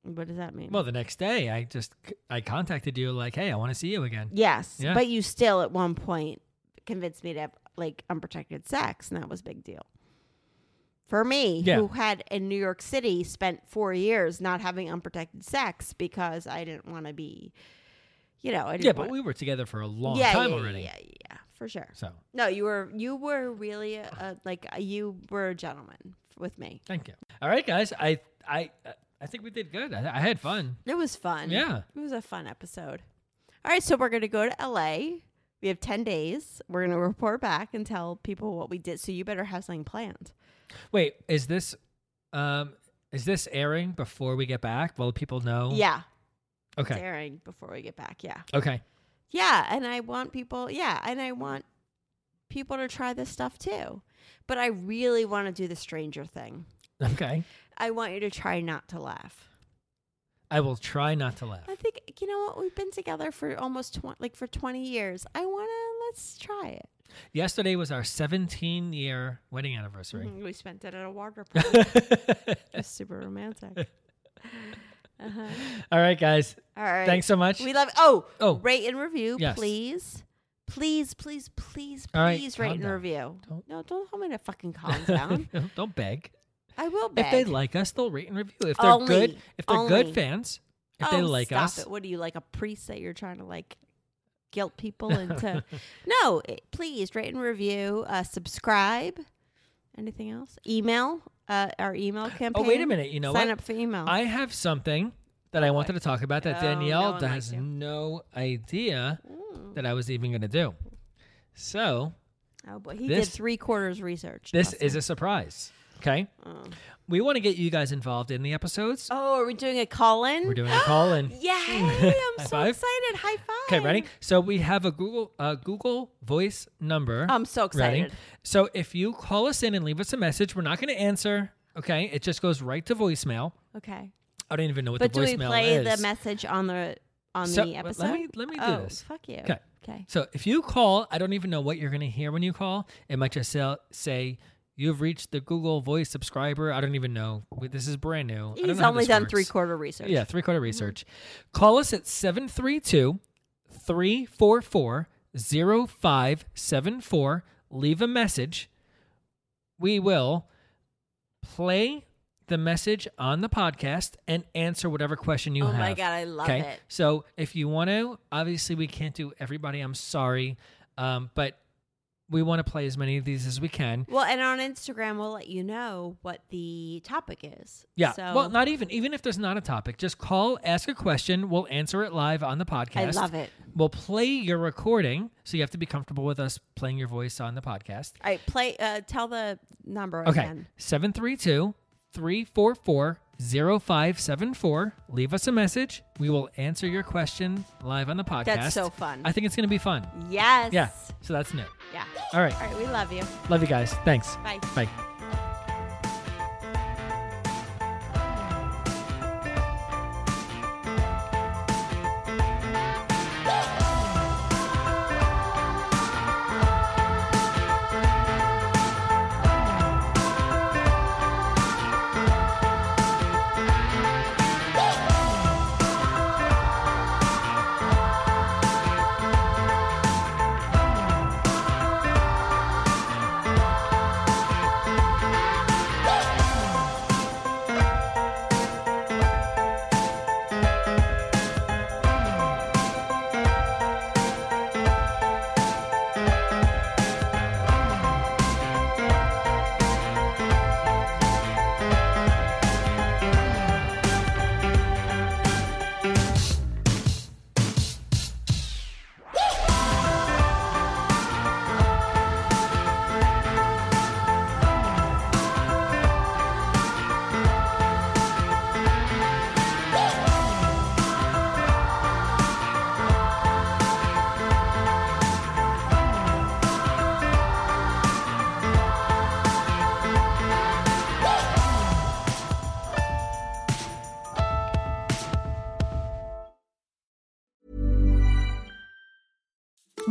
S2: What does that mean?
S1: Well, the next day, I just I contacted you like, hey, I want to see you again.
S2: yes.
S1: Yeah.
S2: But you still at one point convinced me to have like unprotected sex, and that was a big deal. For me,
S1: Yeah.
S2: who had in New York City spent four years not having unprotected sex because I didn't want to be, you know, I didn't
S1: Yeah, but
S2: wanna-
S1: we were together for a long
S2: yeah,
S1: time
S2: yeah,
S1: already.
S2: Yeah, yeah, yeah, for sure.
S1: So
S2: No, you were you were really a, a, like a, you were a gentleman with me.
S1: thank you. All right, guys. I I I think we did good. I, I had fun.
S2: It was fun.
S1: Yeah.
S2: It was a fun episode. All right, so we're going to go to LA. We have 10 days. We're going to report back and tell people what we did. So you better have something planned.
S1: Wait, is this um is this airing before we get back? Will people know?
S2: Yeah.
S1: Oh, Okay.
S2: Daring before we get back. Yeah.
S1: Okay.
S2: Yeah. And I want people, yeah. And I want people to try this stuff too. But I really want to do the stranger thing.
S1: Okay.
S2: I want you to try not to laugh.
S1: I will try not to laugh.
S2: I think, you know what? We've been together for almost 20, like for 20 years. I want to, let's try it.
S1: Yesterday was our 17 year wedding anniversary.
S2: Mhm, We spent it at a water park. It's super romantic. Uh-huh.
S1: All right, guys.
S2: All right.
S1: Thanks so much.
S2: We love. Oh,
S1: Oh.
S2: rate and review,
S1: Yes.
S2: please, please, please, please,
S1: All right,
S2: please
S1: calm
S2: rate and
S1: down.
S2: review.
S1: Don't-
S2: No, don't tell me to fucking calm down.
S1: Don't beg.
S2: I will.
S1: If they
S2: beg.
S1: like us, they'll rate and review. If they're
S2: Only-
S1: good, if they're
S2: only.
S1: good fans, if they
S2: Oh,
S1: like
S2: stop
S1: us,
S2: it. what are you like a priest that you're trying to like guilt people into? no, it, please rate and review, uh, subscribe. Anything else? Email. Uh, our email campaign.
S1: Oh, minute, you know
S2: Sign
S1: what?
S2: up for email.
S1: I have something that I wanted to talk about that
S2: Oh, no
S1: Danielle
S2: one likes
S1: has
S2: you.
S1: no idea
S2: Mm.
S1: that I was even going to do. So
S2: Oh boy, he
S1: This-
S2: did three quarters research.
S1: this
S2: Dustin.
S1: is a surprise. Okay,
S2: Oh.
S1: we want to get you guys involved in the episodes.
S2: Oh, are we doing a call in?
S1: We're doing a call in.
S2: Yay! I'm
S1: High
S2: so
S1: five.
S2: excited. High five.
S1: Okay, ready? So we have a Google uh, Google Voice number.
S2: I'm so
S1: Ready?
S2: excited.
S1: So if you call us in and leave us a message, we're not going to answer. Okay, it just goes right to voicemail.
S2: Okay.
S1: I don't even know what
S2: but
S1: the
S2: do we
S1: voicemail
S2: play
S1: is.
S2: the message on the on
S1: So,
S2: the
S1: let
S2: episode?
S1: me- let me do
S2: oh,
S1: this.
S2: Fuck you.
S1: 'Kay.
S2: Okay.
S1: so if you call, I don't even know what you're going to hear when you call. It might just say, say you've reached the Google Voice subscriber. I don't even know. Wait, This is brand new. I don't
S2: He's
S1: know how
S2: only
S1: this
S2: done
S1: works.
S2: three quarter research. Mm-hmm.
S1: Yeah, three quarter research. Call us at 732 344 0574. Leave a message. We will play the message on the podcast and answer whatever question you
S2: Oh
S1: have.
S2: my God, I love
S1: okay?
S2: it.
S1: So if you want to, obviously we can't do everybody. I'm sorry. Um, but we want to play as many of these as we can.
S2: Well, and on Instagram, we'll let you know what the topic is.
S1: Yeah.
S2: So
S1: well, not even even if there's not a topic, just call, ask a question. We'll answer it live on the
S2: I
S1: podcast.
S2: love it.
S1: We'll play your recording, so you have to be comfortable with us playing your voice on the podcast.
S2: All right. Play. Uh, tell the number
S1: Okay.
S2: again.
S1: 732-344-0574. Leave us a message. We will answer your question live on the podcast.
S2: so fun.
S1: I think it's going to be fun.
S2: Yes.
S1: Yeah. So that's new.
S2: Yeah.
S1: All right.
S2: All right. We love you.
S1: Love you guys. Thanks.
S2: Bye.
S1: Bye.